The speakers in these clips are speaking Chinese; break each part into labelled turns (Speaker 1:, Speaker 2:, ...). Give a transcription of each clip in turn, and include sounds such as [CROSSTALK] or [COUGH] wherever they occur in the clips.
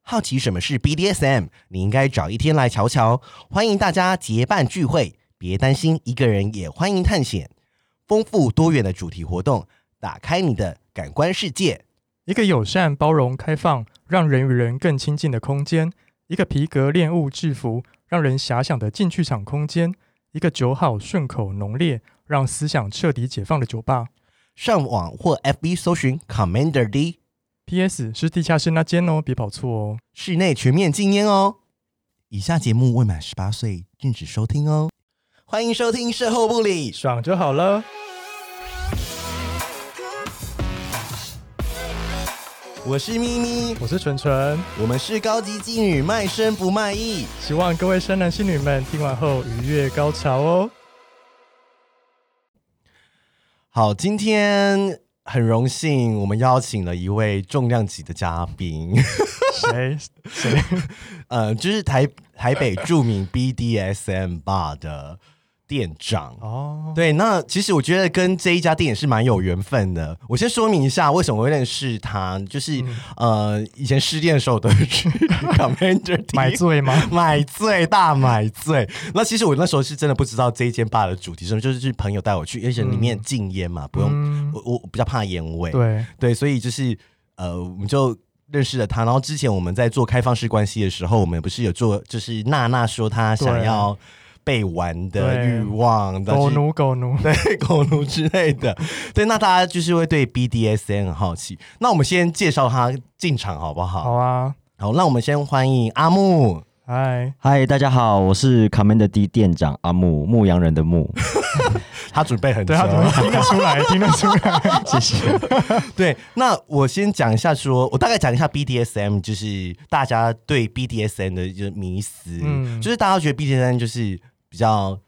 Speaker 1: 好奇什么是 BDSM，你应该找一天来瞧瞧。欢迎大家结伴聚会，别担心一个人，也欢迎探险。丰富多元的主题活动，打开你的感官世界。
Speaker 2: 一个友善、包容、开放，让人与人更亲近的空间；一个皮革恋物制服，让人遐想的进去场空间；一个酒好顺口浓烈，让思想彻底解放的酒吧。
Speaker 1: 上网或 FB 搜寻 Commander D，
Speaker 2: P.S. 是地下室那间哦，别跑错哦。
Speaker 1: 室内全面禁烟哦。以下节目未满十八岁禁止收听哦。欢迎收听《事后不理》，
Speaker 2: 爽就好了。
Speaker 1: 我是咪咪，
Speaker 2: 我是纯纯，
Speaker 1: 我们是高级妓女，卖身不卖艺。
Speaker 2: 希望各位生男性女们听完后愉悦高潮哦。
Speaker 1: 好，今天很荣幸，我们邀请了一位重量级的嘉宾， [LAUGHS]
Speaker 2: 谁谁？
Speaker 1: 呃，就是台台北著名 BDSM bar 的店长。 [LAUGHS]
Speaker 2: 哦，
Speaker 1: 对，那其实我觉得跟这一家店也是蛮有缘分的。我先说明一下为什么会认识他，就是、
Speaker 2: 嗯
Speaker 1: 呃，以前失恋的时候我都会
Speaker 2: [LAUGHS]
Speaker 1: 去 Commander 店
Speaker 2: 买醉吗？
Speaker 1: 买醉大买醉。那其实我那时候是真的不知道这一间吧的主题是什么，就是朋友带我去，而且里面禁烟嘛，不用、
Speaker 2: 嗯
Speaker 1: 我我我比较怕烟味，
Speaker 2: 对，
Speaker 1: 对，所以就是呃，我们就。认识了他，然后之前我们在做开放式关系的时候，我们不是有做，就是娜娜说她想
Speaker 2: 对
Speaker 1: 要被玩的
Speaker 2: 对
Speaker 1: 欲望，但
Speaker 2: 狗
Speaker 1: 是
Speaker 2: 奴狗奴。
Speaker 1: 对狗奴之类的。对，那大家就是会对 BDSN 很好奇。那我们先介绍他进场好不好？
Speaker 2: 好啊，
Speaker 1: 好，那我们先欢迎阿木。
Speaker 2: 嗨，
Speaker 3: 嗨，大家好，我是 Commander D 店长阿木，牧羊人的牧，
Speaker 1: 他准备很久
Speaker 2: 对，他怎么听得出来？听得出来，
Speaker 3: 谢谢。
Speaker 1: 对，那我先讲一下说，我大概讲一下 BDSM，就是大家对 BDSM 的就是迷思，
Speaker 2: 嗯
Speaker 1: 就是大家觉得 BDSM 就是比较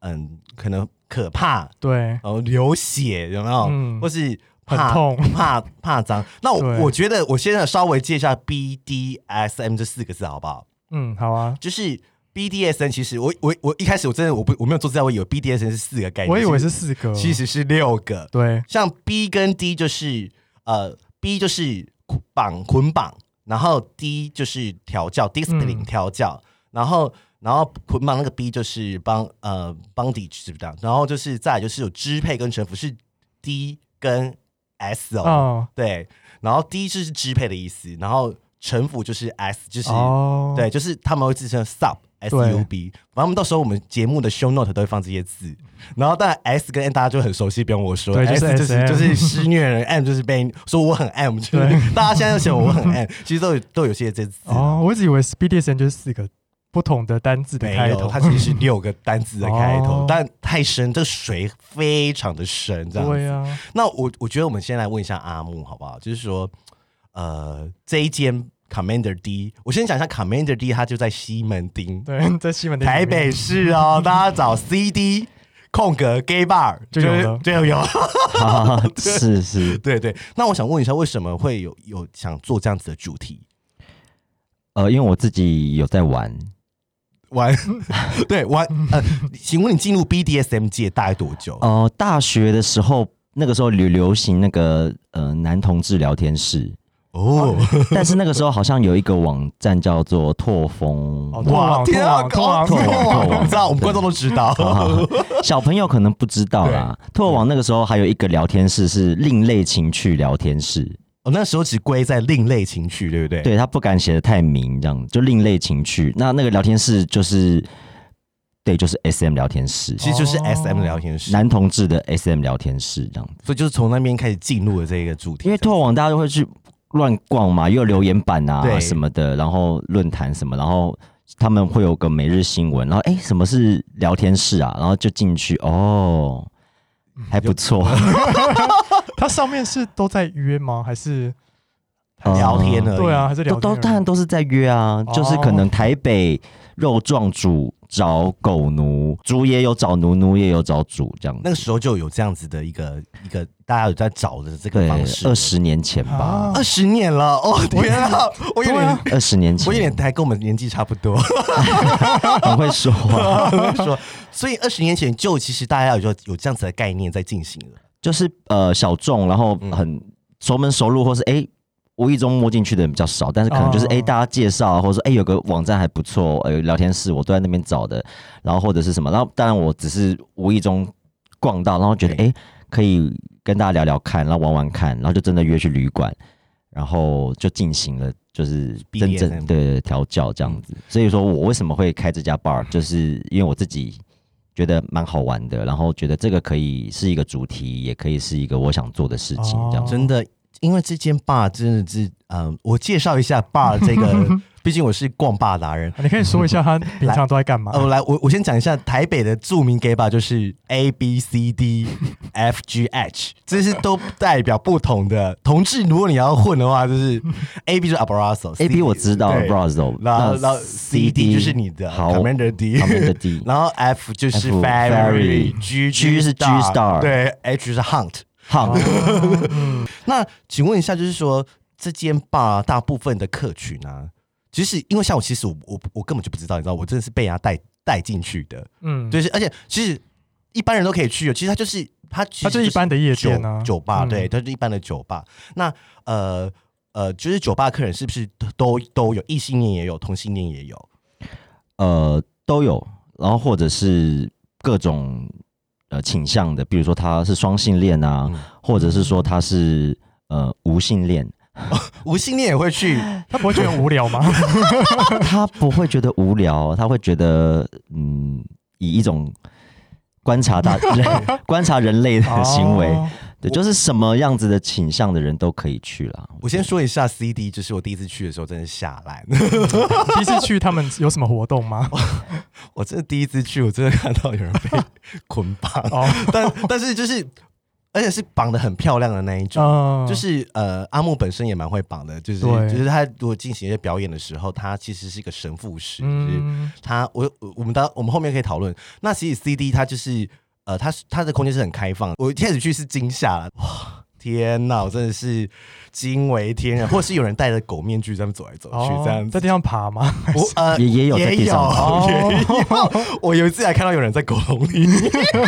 Speaker 1: 嗯，可能可怕，
Speaker 2: 对，
Speaker 1: 然后流血有没有？
Speaker 2: 嗯
Speaker 1: 或是
Speaker 2: 很
Speaker 1: 怕
Speaker 2: 痛
Speaker 1: [LAUGHS] 怕怕脏。那
Speaker 2: 对
Speaker 1: 我我觉得我现在稍微介绍 BDSM 这四个字好不好？
Speaker 2: 嗯，好啊。
Speaker 1: 就是 BDSM，其实我我我一开始我真的我不我没有做资料，我以为 BDSM 哎是四个概念，
Speaker 2: 我以为
Speaker 1: 其实
Speaker 2: 是四个，
Speaker 1: 其实是六个。
Speaker 2: 对，
Speaker 1: 像 B 跟 D 就是呃 B 就是捆绑捆绑，然后 D 就是调教 discipline
Speaker 2: 嗯
Speaker 1: 调教，然后然后捆绑那个 B 就是帮呃 bondage 是不是？然后就是再来就是有支配跟臣服是 D 跟 S 哦，
Speaker 2: 哦
Speaker 1: 对，然后 D 就是支配的意思，然后臣服就是 S 就是、
Speaker 2: 哦，
Speaker 1: 对，就是他们会自称 sub。S
Speaker 2: 对
Speaker 1: U B，反正我们到时候我们节目的 show note 都会放这些字，然后当然 S 跟 N 大家就很熟悉，不用我说
Speaker 2: 对就
Speaker 1: ，S
Speaker 2: 是
Speaker 1: 就是就
Speaker 2: SM
Speaker 1: 是施虐人，M 就是被说我很 M，就是
Speaker 2: 对
Speaker 1: [LAUGHS] 大家现在就嫌我很 M，其实都有都有些这些字，
Speaker 2: 哦，我一直以为 BDSM 就是四个不同的单字的
Speaker 1: 没
Speaker 2: 开
Speaker 1: 有，
Speaker 2: 头，
Speaker 1: 它其实是六个单字的开头
Speaker 2: 哦，
Speaker 1: 但太深，这水非常的深，这样子
Speaker 2: 对啊，
Speaker 1: 那我我觉得我们先来问一下阿木好不好？就是说，呃，这一间 Commander D，我先讲一下 Commander D，它就在西门町，
Speaker 2: 对， [LAUGHS] 在西门町
Speaker 1: 台
Speaker 2: 里面
Speaker 1: 北市 [LAUGHS] 哦，大家找 CD 空格 Gay Bar
Speaker 2: 就有了
Speaker 1: [LAUGHS] 就有。
Speaker 3: 啊是是，
Speaker 1: [LAUGHS] 对对，那我想问一下，为什么会有有想做这样子的主题？
Speaker 3: 呃，因为我自己有在玩，
Speaker 1: 玩 [LAUGHS] 对玩呃，请问你进入 BDSM 界大概多久？
Speaker 3: 呃，大学的时候，那个时候流流行那个呃男同志聊天室，
Speaker 1: 哦，
Speaker 3: 但是那个时候好像有一个网站叫做拓风。
Speaker 1: 哇，
Speaker 2: 哦拓网
Speaker 1: 天啊，
Speaker 2: 拓网
Speaker 1: 拓
Speaker 3: 拓网
Speaker 1: 网
Speaker 3: 拓网
Speaker 1: 我知道我们观众都 [LAUGHS] 知道。
Speaker 3: 啊小朋友可能不知道啦，拓网那个时候还有一个聊天室是另类情趣聊天室，
Speaker 1: 我哦那时候只归在另类情趣，对不对？
Speaker 3: 对他不敢写的太明，这样就另类情趣。那那个聊天室就是，对，就是 S M 聊天室，
Speaker 1: 其实就是
Speaker 2: 哦
Speaker 1: S M 聊天室，
Speaker 3: 男同志的 S M 聊天室这样子。
Speaker 1: 所以就是从那边开始进入了这个主题。
Speaker 3: 因为拓网大家都会去乱逛嘛，又有留言板
Speaker 1: 对
Speaker 3: 啊什么的，然后论坛什么，然后他们会有个每日新闻，然后哎、诶什么是聊天室啊？然后就进去哦，
Speaker 1: 嗯
Speaker 3: 还不错。 [LAUGHS] 嗯
Speaker 2: 它上面是都在约吗？还是
Speaker 3: 哦
Speaker 1: 聊天而已。
Speaker 2: 对啊，，还是聊
Speaker 3: 都都
Speaker 2: 天而已
Speaker 3: 当然都是在约啊，
Speaker 2: 哦
Speaker 3: 就是可能台北肉壮主找狗奴，主也有找奴，奴也有找主这样
Speaker 1: 那
Speaker 3: 子。
Speaker 1: 个时候就有这样子的一个一个大家有在找的这个
Speaker 3: 对
Speaker 1: 方，式。
Speaker 3: 二十年前吧
Speaker 2: 啊，
Speaker 1: 二十年了，哦天啊，我有
Speaker 2: 对
Speaker 1: 点
Speaker 2: 啊。
Speaker 3: 二十年前，
Speaker 1: 我有点还跟我们年纪差不
Speaker 3: [LAUGHS]
Speaker 1: 多，
Speaker 3: 很会说话。
Speaker 1: [LAUGHS] 我就说，所以二十年前就其实大家有说有这样子的概念在进行了，
Speaker 3: 就是呃小众，然后很熟门熟路，或是哎、诶无意中摸进去的人比较少，但是可能就是
Speaker 2: 哦
Speaker 3: 哎、诶大家介绍啊，或者说哎、诶有个网站还不错，呃，有聊天室我都在那边找的，然后或者是什么，然后当然我只是无意中逛到，然后觉得哎、
Speaker 1: 对
Speaker 3: 诶可以跟大家聊聊看，然后玩玩看，然后就真的约去旅馆，然后就进行了就是真
Speaker 1: BDSM
Speaker 3: 正的调教这样子。所以说我为什么会开这家 bar，就是因为我自己觉得蛮好玩的，然后觉得这个可以是一个主题，也可以是一个我想做的事情这样子。
Speaker 1: 哦真的，因为这间 bar 真的是，嗯、我介绍一下 bar 这
Speaker 3: [LAUGHS]
Speaker 1: 个，毕竟我是逛 bar 达人。
Speaker 2: 你可以说一下他平常都在干嘛？
Speaker 1: 哦，来，我我先讲一下台北的著名 gay bar，就是 A B C D F G H，这是都代表不同的同志。如果你要混的话，就是 A B 就是 Abrazo，A
Speaker 3: A B 我知道
Speaker 1: 对
Speaker 3: b r a z o
Speaker 1: 然后然后 C D 就是你的
Speaker 3: 好
Speaker 1: Commander D，
Speaker 3: Commander D
Speaker 1: [LAUGHS] 然后 F 就是
Speaker 3: F- Fairy
Speaker 1: Fairy，G
Speaker 3: G 是 G Star
Speaker 1: 对，H 是 Hunt。
Speaker 3: 胖
Speaker 1: 那请问一下，就是说这间 bar 大部分的客群啊，其实因为像我，其实我我我根本就不知道，你知道，我真的是被人家带带进去的。
Speaker 2: 嗯，
Speaker 1: 对，是而且其实一般人都可以去哦的，其实它就是它其实
Speaker 2: 它就是一般的夜
Speaker 1: 酒
Speaker 2: 店啊
Speaker 1: 酒吧，
Speaker 2: 嗯
Speaker 1: 对，它就是一般的酒吧。那呃呃，就是酒吧客人是不是都都有异性恋也有，同性恋也有？
Speaker 3: [LAUGHS] 呃都有，然后或者是各种呃倾向的，比如说他是双性恋啊，
Speaker 1: 嗯
Speaker 3: 或者是说他是呃无性恋，
Speaker 1: [LAUGHS] 无性恋也会
Speaker 2: [LAUGHS]
Speaker 1: 去，
Speaker 2: 他不会觉得无聊
Speaker 1: [LAUGHS]
Speaker 2: 吗？
Speaker 3: 他不会觉得无聊，他会觉得嗯以一种。观察大 [LAUGHS] 人观察人类的行为，
Speaker 2: 哦
Speaker 3: 对，就是什么样子的倾向的人都可以去啦。
Speaker 1: 我先说一下 CD，就是我第一次去的时候，真的下烂。 [LAUGHS]
Speaker 2: 第一次去他们有什么活动吗？
Speaker 1: 我真的第一次去，我真的看到有人被捆绑，
Speaker 2: 哦，
Speaker 1: [LAUGHS] 但但是就是，而且是绑的很漂亮的那一种。[LAUGHS]
Speaker 2: 嗯，
Speaker 1: 就是呃，阿木本身也蛮会绑的，就是
Speaker 2: 对
Speaker 1: 就是他如果进行一些表演的时候，他其实是一个神父师，就是
Speaker 2: 嗯，
Speaker 1: 他我我我们当我们后面可以讨论。那其实 CD 它就是呃，它是它的空间是很开放的。我一开始去是惊吓了，哇！天呐，我真的是惊为天人，或是有人戴着狗面具这样走来走去，
Speaker 2: 哦
Speaker 1: 这样子。
Speaker 2: 在地上爬吗？
Speaker 1: 我呃
Speaker 3: 也也有在
Speaker 1: 也
Speaker 3: 地
Speaker 1: 有，
Speaker 3: 上爬
Speaker 2: 哦
Speaker 1: 也有。 [LAUGHS] 我有一次还看到有人在狗笼里， [LAUGHS]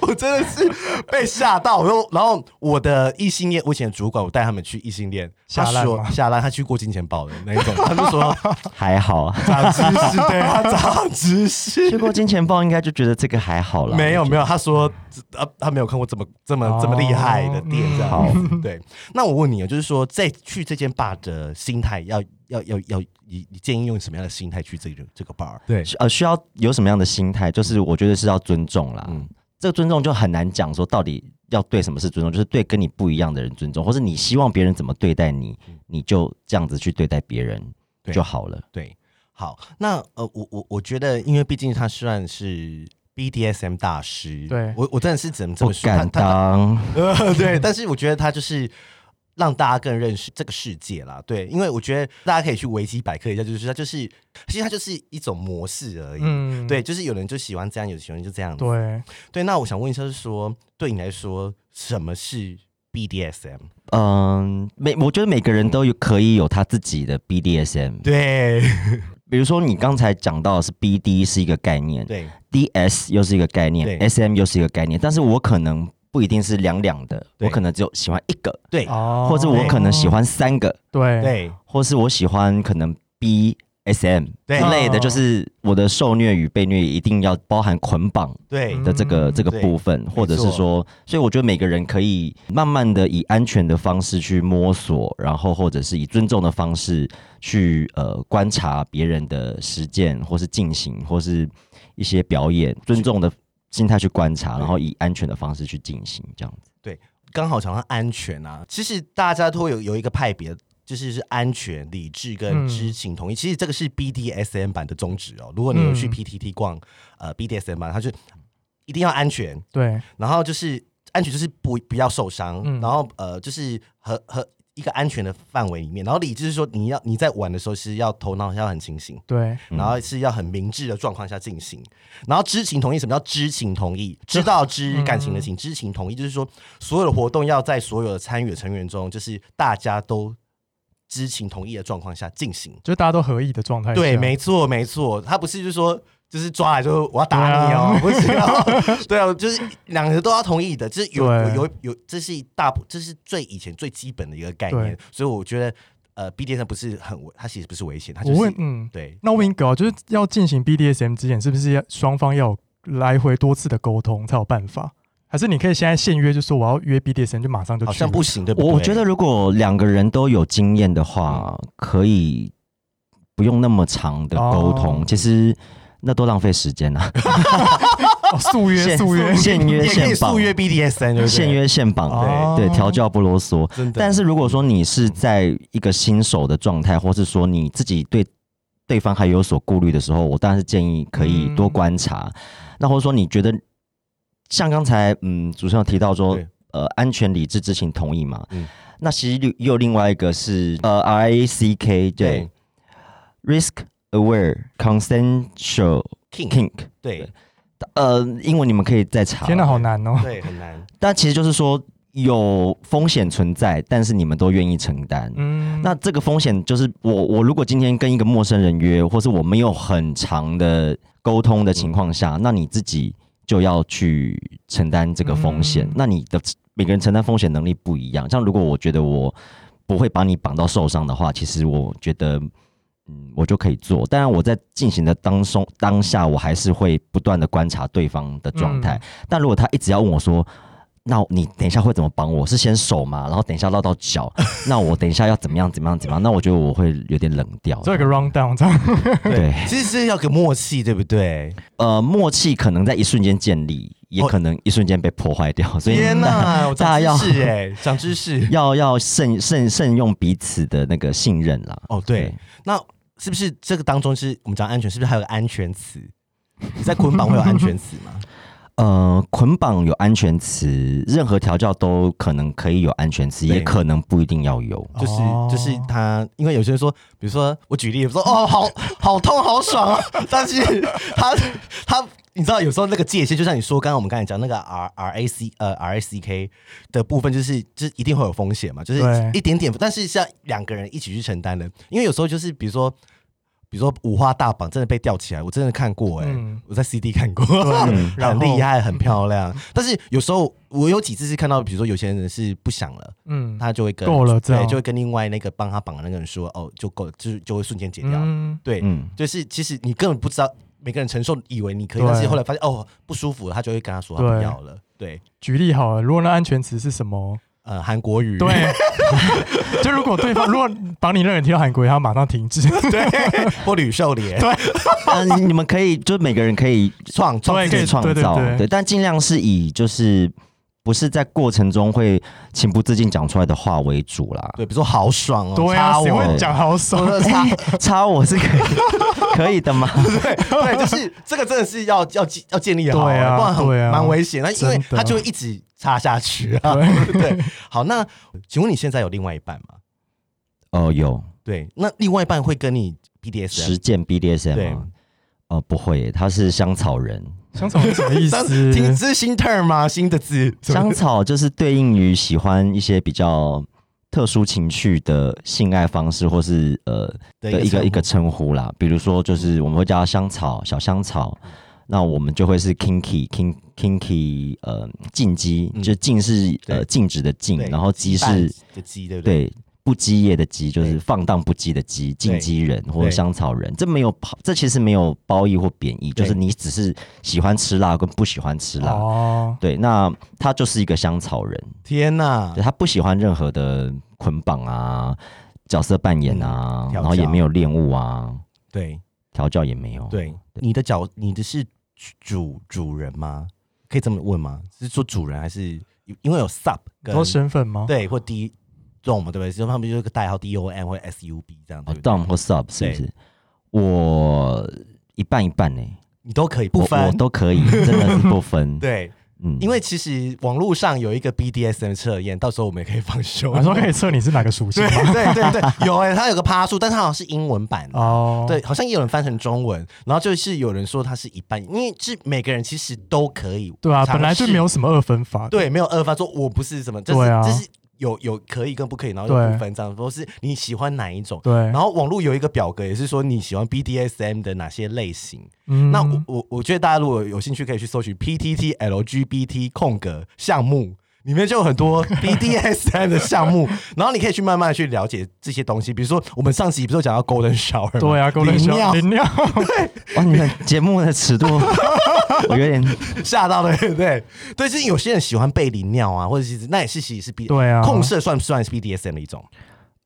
Speaker 1: 我真的是被吓到。然后，然后我的异性恋，我以前的主管，我带他们去异性恋，他
Speaker 2: 下烂
Speaker 1: 说
Speaker 2: 吗
Speaker 1: 下烂，他去过金钱豹的那一种，他就说 [LAUGHS]
Speaker 3: 还好，
Speaker 1: 长知识，对他长知
Speaker 3: 去
Speaker 1: 识。
Speaker 3: 过金钱豹应该就觉得这个还好啦。
Speaker 1: 没有
Speaker 3: 我觉
Speaker 1: 没有，他说呃他没有看过这么这么这么厉害的店
Speaker 2: 哦
Speaker 1: 这样子。对，那我问你，哦就是说在去这间 bar 的心态，要要要要，你你建议用什么样的心态去这个这个 bar？对
Speaker 3: 得呃需要有什么样的心态，就是我觉得是要尊重啦。
Speaker 1: 嗯
Speaker 3: 这个尊重就很难讲说到底要对什么是尊重，就是对跟你不一样的人尊重，或是你希望别人怎么对待你，你就这样子去对待别人
Speaker 1: 嗯对
Speaker 3: 就好了。
Speaker 1: 对，好，那呃，我我我觉得，因为毕竟他虽然是 BDSM 大师，
Speaker 2: 对
Speaker 1: 我我真的是怎么这
Speaker 3: 不
Speaker 1: 么说？他
Speaker 3: 敢
Speaker 1: 他、
Speaker 3: 当，
Speaker 1: 呃、对，但是我觉得他就是。让大家更认识这个世界啦，对，因为我觉得大家可以去维基百科一下，就是它就是，其实它就是一种模式而已，
Speaker 2: 嗯，
Speaker 1: 对，就是有人就喜欢这样，有人喜欢就这样子，
Speaker 2: 对，
Speaker 1: 对。那我想问一下，就是说，对你来说，什么是 BDSM？
Speaker 3: 嗯，每我觉得每个人都有可以有他自己的 BDSM。
Speaker 1: 对，
Speaker 3: 比如说你刚才讲到的是 BD 是一个概
Speaker 1: [LAUGHS]
Speaker 3: 念
Speaker 1: 对，
Speaker 3: ，DS 又是一个概念
Speaker 1: 对
Speaker 3: ，SM 又是一个概念，但是我可能不一定是两两的，
Speaker 1: 对
Speaker 3: 我可能只有喜欢一个，
Speaker 1: 对，
Speaker 2: 哦，
Speaker 3: 或者我可能喜欢三个，
Speaker 2: 对，
Speaker 1: 对，
Speaker 3: 或是我喜欢可能 B S M
Speaker 1: 对
Speaker 3: 之类的，
Speaker 2: 哦
Speaker 3: 就是我的受虐与被虐一定要包含捆绑
Speaker 1: 对，
Speaker 2: 嗯
Speaker 3: 的这个、这个
Speaker 1: 对
Speaker 3: 部分，或者是说，所以我觉得每个人可以慢慢的以安全的方式去摸索，然后或者是以尊重的方式去呃观察别人的实践，或是进行，或是一些表演，尊重的心态去观察，
Speaker 1: 对
Speaker 3: 然后以安全的方式去进行，这样子。
Speaker 1: 刚好讲到安全啊，其实大家都会有有一个派别。就是是安全、理智跟
Speaker 2: 嗯
Speaker 1: 知情同意，其实这个是 BDSM 版的宗旨哦。如果你有去
Speaker 2: 嗯
Speaker 1: PTT 逛，呃 BDSM 版，它就一定要安全，
Speaker 2: 对，
Speaker 1: 然后就是安全就是不不要受伤，
Speaker 2: 嗯
Speaker 1: 然后呃就是和和一个安全的范围里面，然后理智是说你要你在玩的时候是要头脑要很清醒，
Speaker 2: 对，
Speaker 3: 嗯
Speaker 1: 然后是要很明智的状况下进行。然后知情同意，什么叫知情同意？知道知
Speaker 2: 嗯
Speaker 1: 感情的情，知情同意就是说，所有的活动要在所有的参与的成员中，就是大家都知情同意的状况下进行。
Speaker 2: 就是大家都合意的状态下，
Speaker 1: 对，没错，没错，他不是就是说。就是抓来说我要打你哦、不是哦， [LAUGHS] 对啊，就是两个都要同意的，这是有
Speaker 2: 对
Speaker 1: 有有，这是一大部，这是最以前最基本的一个概念，所以我觉得呃，BDSM 不是很危，它其实不是危险，它就
Speaker 2: 我
Speaker 1: 是
Speaker 2: 问，嗯，
Speaker 1: 对
Speaker 2: 那我问一个哦，就是要进行 BDSM 之前，是不是要双方要有来回多次的沟通才有办法？还是你可以现在现约，就说我要约 BDSM，就马上就去？
Speaker 1: 好像不行，对不对？
Speaker 3: 我我觉得如果两个人都有经验的话，
Speaker 1: 嗯
Speaker 3: 可以不用那么长的沟通，
Speaker 2: 哦
Speaker 3: 其实那多浪费时间啊！
Speaker 2: 哦速约，
Speaker 3: 现
Speaker 2: 速约，
Speaker 3: 现约
Speaker 1: 也可以
Speaker 3: 现
Speaker 1: 速
Speaker 3: 绑，
Speaker 1: 约 BDSM，对不对
Speaker 3: [LAUGHS] 现约现绑，
Speaker 2: 哦
Speaker 3: 对调教不啰嗦。
Speaker 1: 真的，
Speaker 3: 但是如果说你是在一个新手的状态，或是说你自己对对方还有所顾虑的时候，我当然是建议可以多观察。那或者说你觉得，像刚才嗯主持人有提到说
Speaker 1: 对，
Speaker 3: 呃，安全、理智、知情同意嘛。
Speaker 1: 嗯
Speaker 3: 那其实又另外一个是呃 R A C K 对 risk aware consensual
Speaker 1: King
Speaker 3: kink [LAUGHS]
Speaker 1: 对
Speaker 3: 呃英文你们可以再查。
Speaker 2: 天哪，好难哦！
Speaker 1: 对很难，
Speaker 3: 但其实就是说有风险存在，但是你们都愿意承担。
Speaker 2: 嗯，
Speaker 3: 那这个风险就是我我如果今天跟一个陌生人约，或是我没有很长的沟通的情况
Speaker 2: 嗯
Speaker 3: 下，那你自己就要去承担这个风险。
Speaker 2: 嗯
Speaker 3: 那你的每个人承担风险能力不一样。像如果我觉得我不会把你绑到受伤的话，其实我觉得。嗯，我就可以做。当然，我在进行的当中当下，我还是会不断的观察对方的状态。
Speaker 2: 嗯
Speaker 3: 但如果他一直要问我说，那你等一下会怎么绑我？是先手嘛，然后等一下绕到
Speaker 1: [LAUGHS]
Speaker 3: 脚，那我等一下要怎么样怎么样怎么样？那我觉得我会有点冷掉。
Speaker 2: 做一个 round down 这样。
Speaker 3: 对，
Speaker 1: 其实是要个默契，对不对？
Speaker 3: 呃，默契可能在一瞬间建立，也可能一瞬间被破坏掉，所以
Speaker 1: 天
Speaker 3: 那
Speaker 1: 哪，我
Speaker 3: 大
Speaker 1: 长
Speaker 3: 家要
Speaker 1: 知识哎，长知识
Speaker 3: [LAUGHS] 要要慎慎慎用彼此的那个信任啦。
Speaker 1: 哦，对，那是不是这个当中是我们讲安全，是不是还有个安全词？在捆绑会有安全词吗？
Speaker 3: 呃，捆绑有安全词，任何调教都可能可以有安全词，
Speaker 1: 对
Speaker 3: 也可能不一定要有。
Speaker 1: 就是
Speaker 2: 哦
Speaker 1: 就是他，因为有些人说，比如说我举例，我说哦，好好痛，好爽啊！ [LAUGHS] 但是他他，你知道，有时候那个界限，就像你说，刚刚我们刚才讲那个 R R A C 呃 R A C K 的部分，就是就是一定会有风险嘛，就是
Speaker 2: 对
Speaker 1: 一点点，但是是要两个人一起去承担的，因为有时候就是比如说。比如说五花大绑，真的被吊起来，我真的看过哎、
Speaker 2: 嗯
Speaker 1: 我在 CD 看过， [LAUGHS] 很
Speaker 2: 然后
Speaker 1: 厉害，很漂亮。但是有时候我有几次是看到，比如说有些人是不想了，
Speaker 2: 嗯，
Speaker 1: 他就会跟
Speaker 2: 够了这样
Speaker 1: 对，就会跟另外那个帮他绑的那个人说，哦，就够了，就是就会瞬间解掉。
Speaker 2: 嗯，
Speaker 1: 对，
Speaker 3: 嗯，
Speaker 1: 就是其实你根本不知道每个人承受，以为你可以，
Speaker 2: 对
Speaker 1: 但是后来发现哦不舒服了，他就会跟他说他
Speaker 2: 对
Speaker 1: 不要了。对，
Speaker 2: 举例好了，如果那安全词是什么？
Speaker 1: 呃，韩国语， [LAUGHS]
Speaker 2: 对，就如果对 [LAUGHS] 方如果把你那个人听到韩国语，他马上
Speaker 1: [LAUGHS]
Speaker 2: 停止。
Speaker 1: 对，或吕秀莲，对，
Speaker 3: 呃，你们可以，就是每个人可以
Speaker 1: 创创
Speaker 2: 对
Speaker 1: 自
Speaker 3: 自
Speaker 1: 己
Speaker 3: 己
Speaker 2: 可以
Speaker 3: 创造，
Speaker 2: 对对对
Speaker 3: 但尽量是以就是不是在过程中会情不自禁讲出来的话为主啦。
Speaker 1: [LAUGHS] 对，比如说好爽哦，
Speaker 2: 对
Speaker 1: 插
Speaker 2: 啊，
Speaker 1: 我
Speaker 2: 谁会哎讲好爽？
Speaker 3: 说
Speaker 1: [LAUGHS]
Speaker 3: 插插我是可以可以的吗？
Speaker 1: 对对，就是这个真的是要要建要建立好，
Speaker 2: 对啊
Speaker 1: 不然很
Speaker 2: 对啊
Speaker 1: 蛮危险。那因为
Speaker 2: 真的
Speaker 1: 他就会一直插下去啊。 [LAUGHS] 对，好，那请问你现在有另外一半吗？
Speaker 3: 哦，有
Speaker 1: 对，那另外一半会跟你 BDSM
Speaker 3: 实践 BDSM
Speaker 1: 对
Speaker 3: 吗？啊哦，不会耶，他是香草人，
Speaker 1: [LAUGHS]
Speaker 2: 香草是什么意
Speaker 1: 当时听
Speaker 2: 思？
Speaker 1: 这是新 term 吗？新的字，
Speaker 3: 香草就是对应于喜欢一些比较特殊情绪的性爱方式，或是呃
Speaker 1: 的
Speaker 3: 的一个一个
Speaker 1: 称嗯
Speaker 3: 称呼啦。比如说，就是我们会叫它香草、小香草，那我们就会是 kinky、kin kinky 呃禁鸡，
Speaker 1: 嗯
Speaker 3: 就禁是呃
Speaker 1: 对
Speaker 3: 禁止的禁，
Speaker 1: 对
Speaker 3: 然后鸡
Speaker 1: 呼
Speaker 3: 是
Speaker 1: 的鸡，对不对？
Speaker 3: 对不鸡业的鸡，就
Speaker 1: 对
Speaker 3: 是放荡不羁的鸡，禁鸡人或
Speaker 1: 对
Speaker 3: 者香草人。这没有这其实没有褒义或贬义，
Speaker 1: 对
Speaker 3: 就是你只是喜欢吃辣跟不喜欢吃辣。
Speaker 2: 哦，
Speaker 3: 对，那他就是一个香草人，
Speaker 1: 天哪
Speaker 3: 对，他不喜欢任何的捆绑啊、角色扮演啊
Speaker 1: 嗯，调
Speaker 3: 然后也
Speaker 1: 教
Speaker 3: 没有恋物啊，
Speaker 1: 对
Speaker 3: 调教也没有。
Speaker 1: 对，你的角，你的是主主人吗？可以这么问吗？是说主人还是因为有 sub
Speaker 2: 你
Speaker 1: 跟
Speaker 2: 说身份吗？
Speaker 1: 对或 D 这种嘛，对不对？就他们就是有个代号 D O M 或 S U B 这样，
Speaker 3: 哦
Speaker 1: 对不对？
Speaker 3: ，dom 或 sub 是不是？我一半一半呢、
Speaker 1: 你都可以
Speaker 3: 我
Speaker 1: 不分
Speaker 3: 我。都
Speaker 1: [LAUGHS]
Speaker 3: 可以，真的是不分。，
Speaker 1: 对，
Speaker 3: 嗯
Speaker 1: 因为其实网络上有一个 BDSM 测验，到时候我们也可以放秀。
Speaker 2: 我说可以测你是哪个属性
Speaker 1: 对
Speaker 2: 吗？
Speaker 1: 对对对，有哎、它有个趴数，但它好像是英文版的。
Speaker 2: 哦，
Speaker 1: 对，好像也有人翻成中文，然后就是有人说它是一半，因为是每个人其实都可以尝试，
Speaker 2: 啊对啊，本来就没有什么二分法。
Speaker 1: 对，没有二分说我不是什么，这是、
Speaker 2: 对啊
Speaker 1: 这是有有可以跟不可以，然后有
Speaker 2: 对
Speaker 1: 不分这样，或是你喜欢哪一种。
Speaker 2: 对，
Speaker 1: 然后网络有一个表格，也是说你喜欢 BDSM 的哪些类型。
Speaker 2: 嗯
Speaker 1: 那我我我觉得大家如果有兴趣，可以去搜寻 PTT LGBT 空格项目，里面就有很
Speaker 2: [LAUGHS]
Speaker 1: 多 BDSM 的项目，然后你可以去慢慢地去了解这些东西。比如说，我们上期不是有讲到 Golden Shower 吗
Speaker 2: 对啊，够冷
Speaker 1: 淋
Speaker 2: 笑
Speaker 1: 尿
Speaker 2: 淋尿，
Speaker 1: [LAUGHS]
Speaker 3: 哇，你们节目的尺度， [LAUGHS] 我有点
Speaker 1: 吓到了，对不对？对，就是有些人喜欢被淋尿啊，或者其实那也是其实是 B
Speaker 2: 对啊，
Speaker 1: 控射算不算是 BDSM 的一种？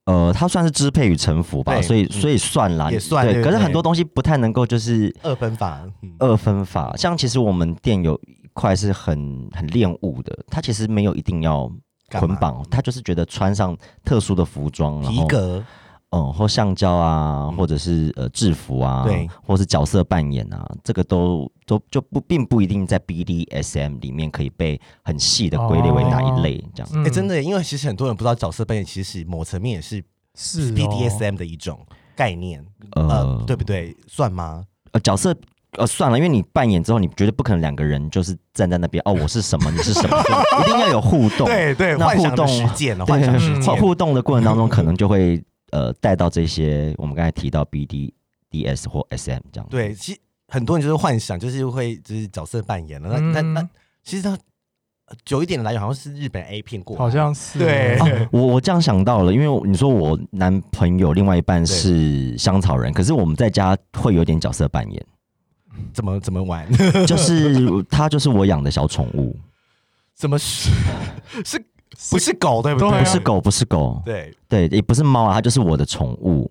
Speaker 3: 呃，它算是支配与臣服吧，
Speaker 1: 对
Speaker 3: 所以
Speaker 1: 嗯
Speaker 3: 所以算啦，
Speaker 1: 也算对
Speaker 3: 对。
Speaker 1: 不
Speaker 3: 可是
Speaker 1: 对
Speaker 3: 很多东西不太能够就是
Speaker 1: 二分法，嗯，
Speaker 3: 二分法，像其实我们店有一块是很很练武的，它其实没有一定要
Speaker 1: 干嘛嗯
Speaker 3: 捆绑，啊它就是觉得穿上特殊的服装，然
Speaker 1: 皮
Speaker 3: 后
Speaker 1: 革，
Speaker 3: 嗯或橡胶啊
Speaker 1: 嗯，
Speaker 3: 或者是呃制服啊，
Speaker 1: 对，
Speaker 3: 或是角色扮演啊，这个都都就不并不一定在 BDSM 里面可以被很细的归类为哪一类这样。
Speaker 1: 哎、
Speaker 2: 嗯
Speaker 1: 真的耶，因为其实很多人不知道角色扮演，其实某层面也是
Speaker 2: 是哦
Speaker 1: BDSM 的一种概念，呃
Speaker 3: 呃，，
Speaker 1: 对不对？算吗？
Speaker 3: 呃角色。呃，算了，因为你扮演之后，你绝对不可能两个人就是站在那边哦，我
Speaker 1: [LAUGHS]
Speaker 3: 是什么，你是什么，就一定要有互动。
Speaker 1: 对对，
Speaker 3: 那
Speaker 1: 幻
Speaker 3: 互
Speaker 1: 想的
Speaker 3: 动
Speaker 1: 实践了，幻
Speaker 3: 对，
Speaker 1: 想
Speaker 3: [LAUGHS]
Speaker 2: 时
Speaker 1: 实
Speaker 2: 间
Speaker 3: 互
Speaker 1: 践。
Speaker 3: 互动的过程当中，可能就会呃带到这些我们刚才提到 BD、DS 或 SM 这样。
Speaker 1: 对，，其实很多人就是幻想，就是会就是角色扮演了。那那
Speaker 2: 嗯
Speaker 1: 那，其实它呃久一点的来源好像是日本 A 片过来，
Speaker 2: 好像是
Speaker 1: 啊对
Speaker 3: 哦、 [LAUGHS] 我我这样想到了，因为你说我男朋友另外一半是香草人，可是我们在家会有点角色扮
Speaker 1: [LAUGHS]
Speaker 3: 演，
Speaker 1: 怎么怎么玩， [LAUGHS]
Speaker 3: 就是他就是我养的小宠物，
Speaker 1: 怎么是 [LAUGHS] 是不是狗对不
Speaker 2: 对
Speaker 1: 对？
Speaker 2: 啊
Speaker 3: 不是狗，不是狗，
Speaker 1: 对，
Speaker 3: 对，也不是猫啊，它就是我的宠物。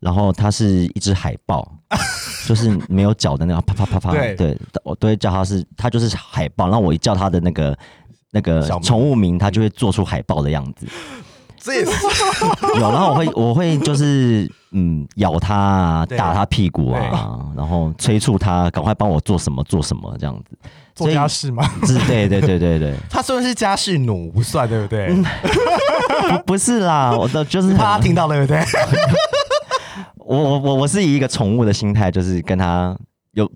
Speaker 3: 然后它是一只海
Speaker 1: [LAUGHS]
Speaker 3: 豹，就是没有脚的那个，啪啪啪啪。
Speaker 1: 对
Speaker 3: 对，我都会叫它是，它就是海豹。然后我一叫它的那个那个
Speaker 1: 小名
Speaker 3: 宠物名，它就会做出海豹的样子。
Speaker 1: 这也是 [LAUGHS]
Speaker 3: 有，然后我会我会就是嗯咬它啊，
Speaker 1: 对
Speaker 3: 打它屁股啊， [LAUGHS] 然后催促它赶快帮我做什么做什么这样子。
Speaker 2: 做
Speaker 3: 所以
Speaker 2: 家事嘛，
Speaker 3: 是，对对对对对，
Speaker 1: 他算是家事奴不算对不对？
Speaker 3: 不不是啦，我的
Speaker 2: 啊
Speaker 3: 就是很
Speaker 1: 怕他听到对不 [LAUGHS] 对？
Speaker 3: 我我我我是以一个宠物的心态，就是跟它有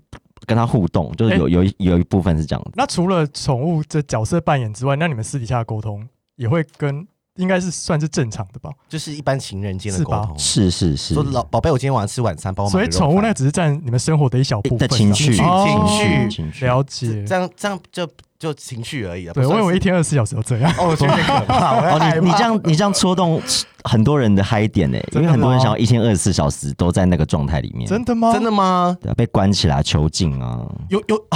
Speaker 3: 跟它互动，就是有、有一有一部分是这样子。
Speaker 2: 那除了宠物这角色扮演之外，那你们私底下的沟通也会跟，应该是算是正常的吧？
Speaker 1: 就是一般情人间的
Speaker 2: 是
Speaker 1: 沟
Speaker 2: 吧
Speaker 1: 通。
Speaker 3: 是是是
Speaker 1: 说，老宝贝，我今天晚上吃晚餐，帮我买
Speaker 2: 所
Speaker 1: 个
Speaker 2: 以
Speaker 1: 肉
Speaker 2: 宠物
Speaker 1: 饭
Speaker 2: 那只是占你们生活的一小部分
Speaker 3: 的
Speaker 2: 啊
Speaker 3: 情绪
Speaker 2: 哦
Speaker 1: 哎情绪
Speaker 3: 情绪，
Speaker 1: 这
Speaker 2: 了解。
Speaker 1: 这样这样就就情绪而已了。
Speaker 2: 对，
Speaker 1: 不
Speaker 2: 我
Speaker 1: 算
Speaker 2: 以为
Speaker 1: 是
Speaker 2: 一天二十四小时都这
Speaker 1: [LAUGHS]
Speaker 2: 样。
Speaker 1: 哦，我觉得有点可
Speaker 2: [LAUGHS]
Speaker 1: 怕，我
Speaker 3: 哦
Speaker 1: 要，害
Speaker 3: 你你
Speaker 1: 怕
Speaker 3: 这样你这样戳动很多人的嗨点呢、因
Speaker 2: 真的
Speaker 3: 为很多人
Speaker 2: 吗
Speaker 3: 想要一天二十四小时都在那个状态里面，
Speaker 2: 真的吗？
Speaker 1: 真的吗？
Speaker 3: 对啊、被关起来囚禁啊
Speaker 1: 有 [LAUGHS] 有，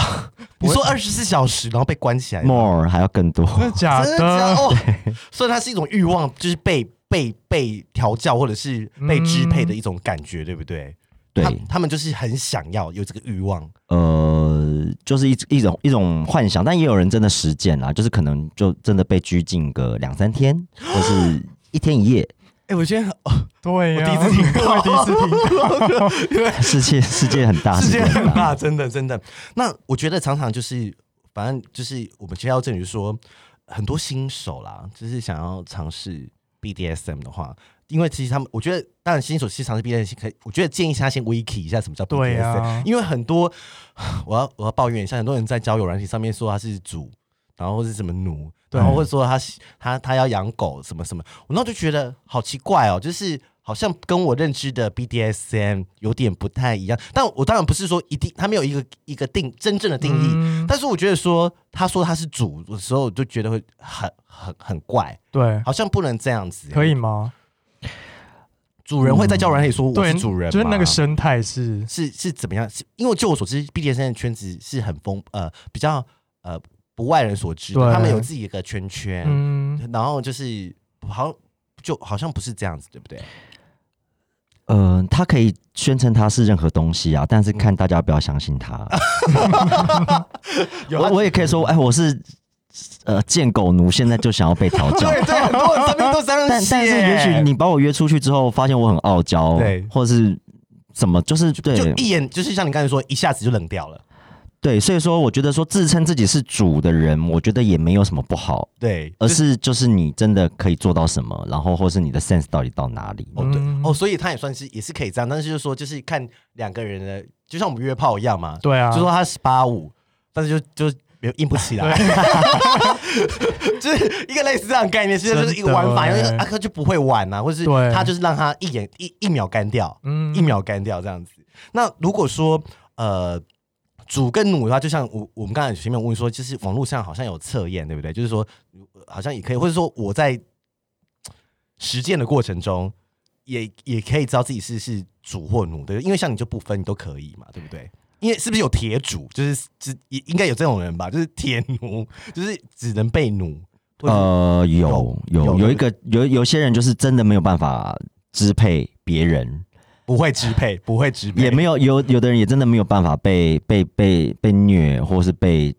Speaker 1: 你说二十四小时，然后被关起来，
Speaker 3: ，more 还要更多。
Speaker 2: 真的假
Speaker 1: 真的假
Speaker 2: 的？
Speaker 1: 哦？所以它是一种欲望，就是被被被调教或者是被支配的一种感觉，对不对？
Speaker 3: 对
Speaker 1: 他，他们就是很想要有这个欲望，
Speaker 3: 呃，就是一一种一种幻想，但也有人真的实践啦，就是可能就真的被拘禁个两三天，或
Speaker 1: [GASPS]
Speaker 3: 是一天一夜，
Speaker 1: 哎、我觉得
Speaker 2: 对
Speaker 1: 我
Speaker 2: 呀，
Speaker 1: 第一次听到
Speaker 2: 我也第一次听到。
Speaker 3: 世界世界很大，
Speaker 1: 世界很
Speaker 2: [LAUGHS]
Speaker 3: 大。
Speaker 1: 大，真的真的。那我觉得常常就是，反正就是我们接到这里说，很多新手啦，就是想要尝试 BDSM 的话，因为其实他们，我觉得当然新手其实尝试 BDSM 可以，我觉得建议他先 wiki 一下什么叫 BDSM，、
Speaker 2: 对啊
Speaker 1: 因为很多 [SIGHS] 我要我要抱怨一下，很多人在交友软体上面说他是主。然后或是什么奴，
Speaker 2: 对嗯
Speaker 1: 然后或者说他喜他他要养狗什么什么，我那我就觉得好奇怪哦，就是好像跟我认知的 BDSM 有点不太一样。但我当然不是说一定，他没有一个一个定真正的 [LAUGHS] 定义。
Speaker 2: 嗯
Speaker 1: 但是我觉得说，他说他是主的时候，我就觉得会很很很怪，
Speaker 2: 对，
Speaker 1: 好像不能这样子。欸
Speaker 2: 可以吗？
Speaker 1: 主人会在教软体说我
Speaker 2: 对
Speaker 1: 是，主人吗，
Speaker 2: 就是那个生态是
Speaker 1: 是是怎么样？是因为就我所知，BDSM 的圈子是很丰呃比较呃不外人所知的，
Speaker 2: 对
Speaker 1: 他们有自己一个圈圈，
Speaker 2: 嗯，
Speaker 1: 然后就是好像就好像不是这样子，对不对？
Speaker 3: 呃，他可以宣称他是任何东西啊，但是看大家要不要相信他。
Speaker 1: [LAUGHS]
Speaker 3: 我我也可以说，哎，我是呃贱狗奴，现在就想要被调教。
Speaker 1: [LAUGHS] 对对，很多人身边都这样
Speaker 3: 但
Speaker 1: 写
Speaker 3: 但是也许你把我约出去之后，发现我很傲娇，
Speaker 1: 对
Speaker 3: 或者是怎么，就是
Speaker 1: 就
Speaker 3: 对
Speaker 1: 一眼就是像你刚才说，一下子就冷掉了。
Speaker 3: 对，所以说我觉得说自称自己是主的人，我觉得也没有什么不好，
Speaker 1: 对，
Speaker 3: 而
Speaker 1: 就是
Speaker 3: 是就是你真的可以做到什么，然后或是你的 sense 到底到哪里。
Speaker 1: 哦对
Speaker 2: 嗯
Speaker 1: 哦，所以他也算是也是可以这样，但是就是说就是看两个人的，就像我们约炮一样嘛，
Speaker 2: 对啊，
Speaker 1: 就说他十八五，但是就就没有硬不起来， [LAUGHS] 就是一个类似这样的概念，其实就是一个
Speaker 2: 真的
Speaker 1: 玩法，因为
Speaker 2: 欸
Speaker 1: 阿珂就不会玩啊，或者是
Speaker 2: 对
Speaker 1: 他就是让他一眼一一秒干掉，
Speaker 2: 嗯
Speaker 1: 一秒干掉这样子。那如果说呃。主跟弩的话，就像我我们刚才前面有问说，就是网络上好像有测验，对不对？就是说，好像也可以，或者说我在实践的过程中，也也可以知道自己是是主或弩，对不对，因为像你就不分，你都可以嘛，对不对？因为是不是有铁主，就是只也应该有这种人吧，就是铁 [LAUGHS] 奴，就是只能被弩，哦或者是
Speaker 3: 呃，有
Speaker 1: 有
Speaker 3: 有
Speaker 1: 有
Speaker 3: 有一个有有些人就是真的没有办法支配别人，
Speaker 1: 不会支配，不会支配，
Speaker 3: 也没有有有的人也真的没有办法被被被被虐，或是被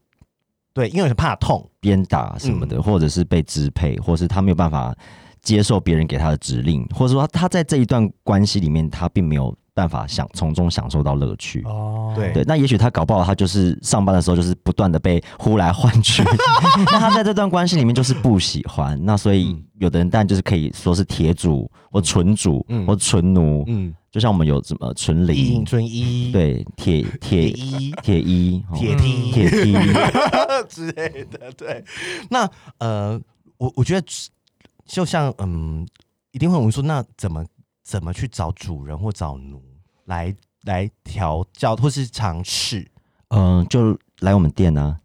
Speaker 1: 对，因为怕痛，
Speaker 3: 鞭打什么
Speaker 1: 嗯
Speaker 3: 的，或者是被支配，或是他没有办法接受别人给他的指令，或者说他他在这一段关系里面，他并没有办法享从中享受到乐趣。
Speaker 2: 哦，
Speaker 1: 对
Speaker 3: 对，那也许他搞不好，他就是上班的时候就是不断的被呼来唤
Speaker 1: [LAUGHS]
Speaker 3: 去，那他在这段关系里面就是不喜欢，那所以
Speaker 1: 嗯
Speaker 3: 有的人当然就是可以说是铁主或纯主
Speaker 1: 嗯
Speaker 3: 或纯奴，
Speaker 1: 嗯，
Speaker 3: 就像我们有什么纯
Speaker 1: 一
Speaker 3: 灵
Speaker 1: 应，遵一，，
Speaker 3: 嗯对，铁
Speaker 1: 铁
Speaker 3: 铁
Speaker 1: 一
Speaker 3: 铁一哦
Speaker 1: 铁
Speaker 2: 嗯
Speaker 1: 梯，
Speaker 3: 铁一，
Speaker 1: [LAUGHS] 之类的。对，那呃，我我觉得就像嗯，一定会有人说，那怎么怎么去找主人或找奴来来调教，或是尝试？
Speaker 3: 嗯，就来我们店啊，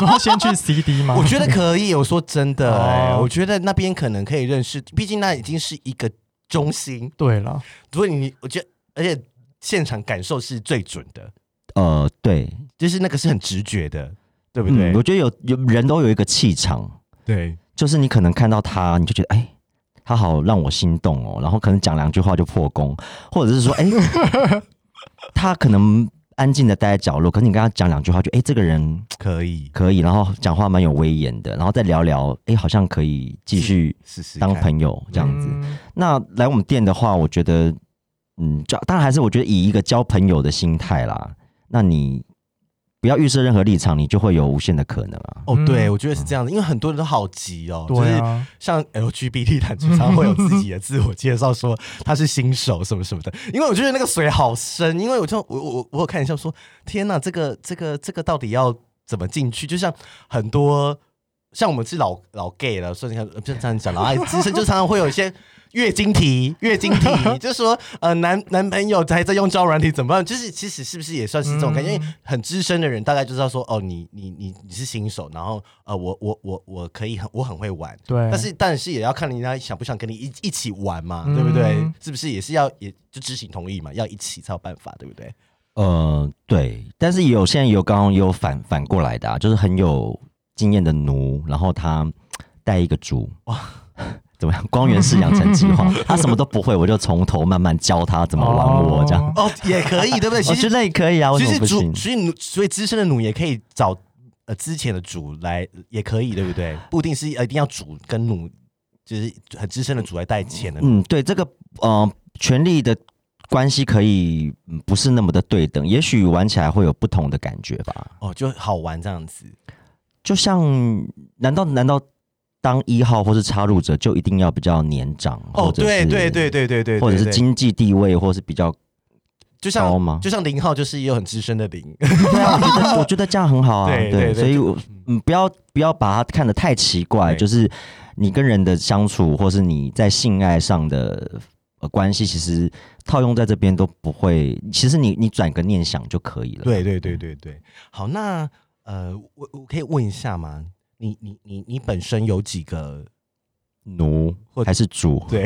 Speaker 2: 你说先去 CD 吗？
Speaker 1: 我觉得可以，我说真的、哎
Speaker 2: 嗯哦
Speaker 1: 我觉得那边可能可以认识，毕竟那已经是一个中心，
Speaker 2: 对了，
Speaker 1: 所以你我觉得，而且现场感受是最准的，
Speaker 3: 呃，对，
Speaker 1: 就是那个是很直觉的，对不对？
Speaker 3: 嗯，我觉得有有人都有一个气场，
Speaker 1: 对，
Speaker 3: 就是你可能看到他，你就觉得哎。他好让我心动哦，然后可能讲两句话就破功，或者是说，哎，
Speaker 1: [LAUGHS]
Speaker 3: 他可能安静的待在角落，可是你跟他讲两句话，就哎，这个人
Speaker 1: 可以
Speaker 3: 可以，然后讲话蛮有威严的，然后再聊聊，哎，好像可以继续
Speaker 1: 试试
Speaker 3: 当
Speaker 1: 看
Speaker 3: 朋友这样子。
Speaker 2: 嗯
Speaker 3: 那来我们店的话，我觉得，嗯，交当然还是我觉得以一个交朋友的心态啦。那你不要预设任何立场，你就会有无限的可能啊。
Speaker 1: 哦，对，
Speaker 2: 嗯
Speaker 1: 我觉得是这样的，因为很多人都好急哦，就
Speaker 2: 对
Speaker 1: 是
Speaker 2: 啊，
Speaker 1: 像 [LAUGHS] LGBT 团体常会有自己的自我介绍，说他是新手什么什么的。因为我觉得那个水好深，因为我就我我我我有看一下说，天呐，这个这个这个到底要怎么进去？就像很多像我们是老老 gay 了，所以你看呃不是这样讲，老爱资深就常常会有一些。月经题，月经题，就是说，呃，男男朋友还在用交友软体怎么办？就是其实是不是也算是这种感觉？
Speaker 2: 嗯
Speaker 1: 因为很资深的人大概就知道说，哦，你你你你是新手，然后呃，我我我我可以很我很会玩，
Speaker 2: 对，
Speaker 1: 但是但是也要看人家想不想跟你一一起玩嘛，
Speaker 2: 嗯
Speaker 1: 对不对？是不是也是要也就知情同意嘛，要一起才有办法，对不对？
Speaker 3: 呃，对，但是也有现在有刚刚也有反反过来的、啊，就是很有经验的奴，然后他带一个猪哇。 [LAUGHS] 怎么样？光源式养成计划，
Speaker 1: [LAUGHS]
Speaker 3: 他什么都不会，我就从头慢慢教他怎么玩我这样。
Speaker 2: 哦
Speaker 1: 哦，也可以，对
Speaker 3: [LAUGHS]
Speaker 1: 不对？
Speaker 3: 我
Speaker 1: 其
Speaker 3: 觉
Speaker 1: 实
Speaker 3: 得也可以啊，为
Speaker 1: 其
Speaker 3: 什么
Speaker 1: 实
Speaker 3: 不行
Speaker 1: 主？所以奴所以资深的弩也可以找呃之前的主来也可以，对不
Speaker 3: [LAUGHS]
Speaker 1: 对？不一定是呃一定要主跟弩，就是很资深的主来带钱的弩。
Speaker 3: 嗯，对，这个呃，权力的关系可以嗯不是那么的对等，也许玩起来会有不同的感觉吧。
Speaker 1: 哦，就好玩这样子，
Speaker 3: 就像，难道难道当一号或是插入者就一定要比较年长？
Speaker 1: 哦，
Speaker 3: 或者
Speaker 1: 对
Speaker 3: 是
Speaker 1: 对对，对对对，
Speaker 3: 或者是
Speaker 1: 对，
Speaker 3: 经济地位，或是比较
Speaker 1: 就
Speaker 3: 高
Speaker 1: 像
Speaker 3: 吗？
Speaker 1: 就像零号就是也有很资深的零，
Speaker 3: 对啊，我觉得 [LAUGHS] 我觉得这样很好啊。
Speaker 1: 对对对
Speaker 3: 所以我嗯，不要不要把它看得太奇怪，
Speaker 1: 对
Speaker 3: 就是你跟人的相处，或是你在性爱上的。呃关系其实套用在这边都不会，其实你你转个念想就可以了。嗯
Speaker 1: 对对对对对，好，那呃，我我可以问一下吗？你你你你本身有几个？
Speaker 3: 奴
Speaker 1: 或
Speaker 3: 还
Speaker 1: [LAUGHS]
Speaker 3: 是主，
Speaker 1: 对，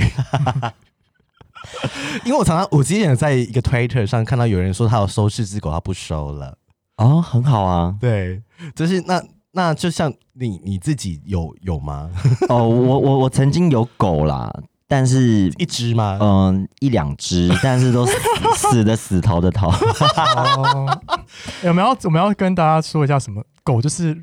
Speaker 1: 因为我常常我之前有在一个 Twitter 上看到有人说他有收四只狗，他不收了。。
Speaker 3: 哦，很好啊
Speaker 1: 对，就是那那就像你你自己有有吗？ [LAUGHS]
Speaker 3: 哦，我我我曾经有狗啦，但
Speaker 1: [LAUGHS]
Speaker 3: 是
Speaker 1: 一只吗？
Speaker 3: 嗯一两只，但是都死 [LAUGHS] 死的死，逃的逃。
Speaker 1: [LAUGHS]
Speaker 2: 哦，我们要我们要跟大家说一下什么？狗就是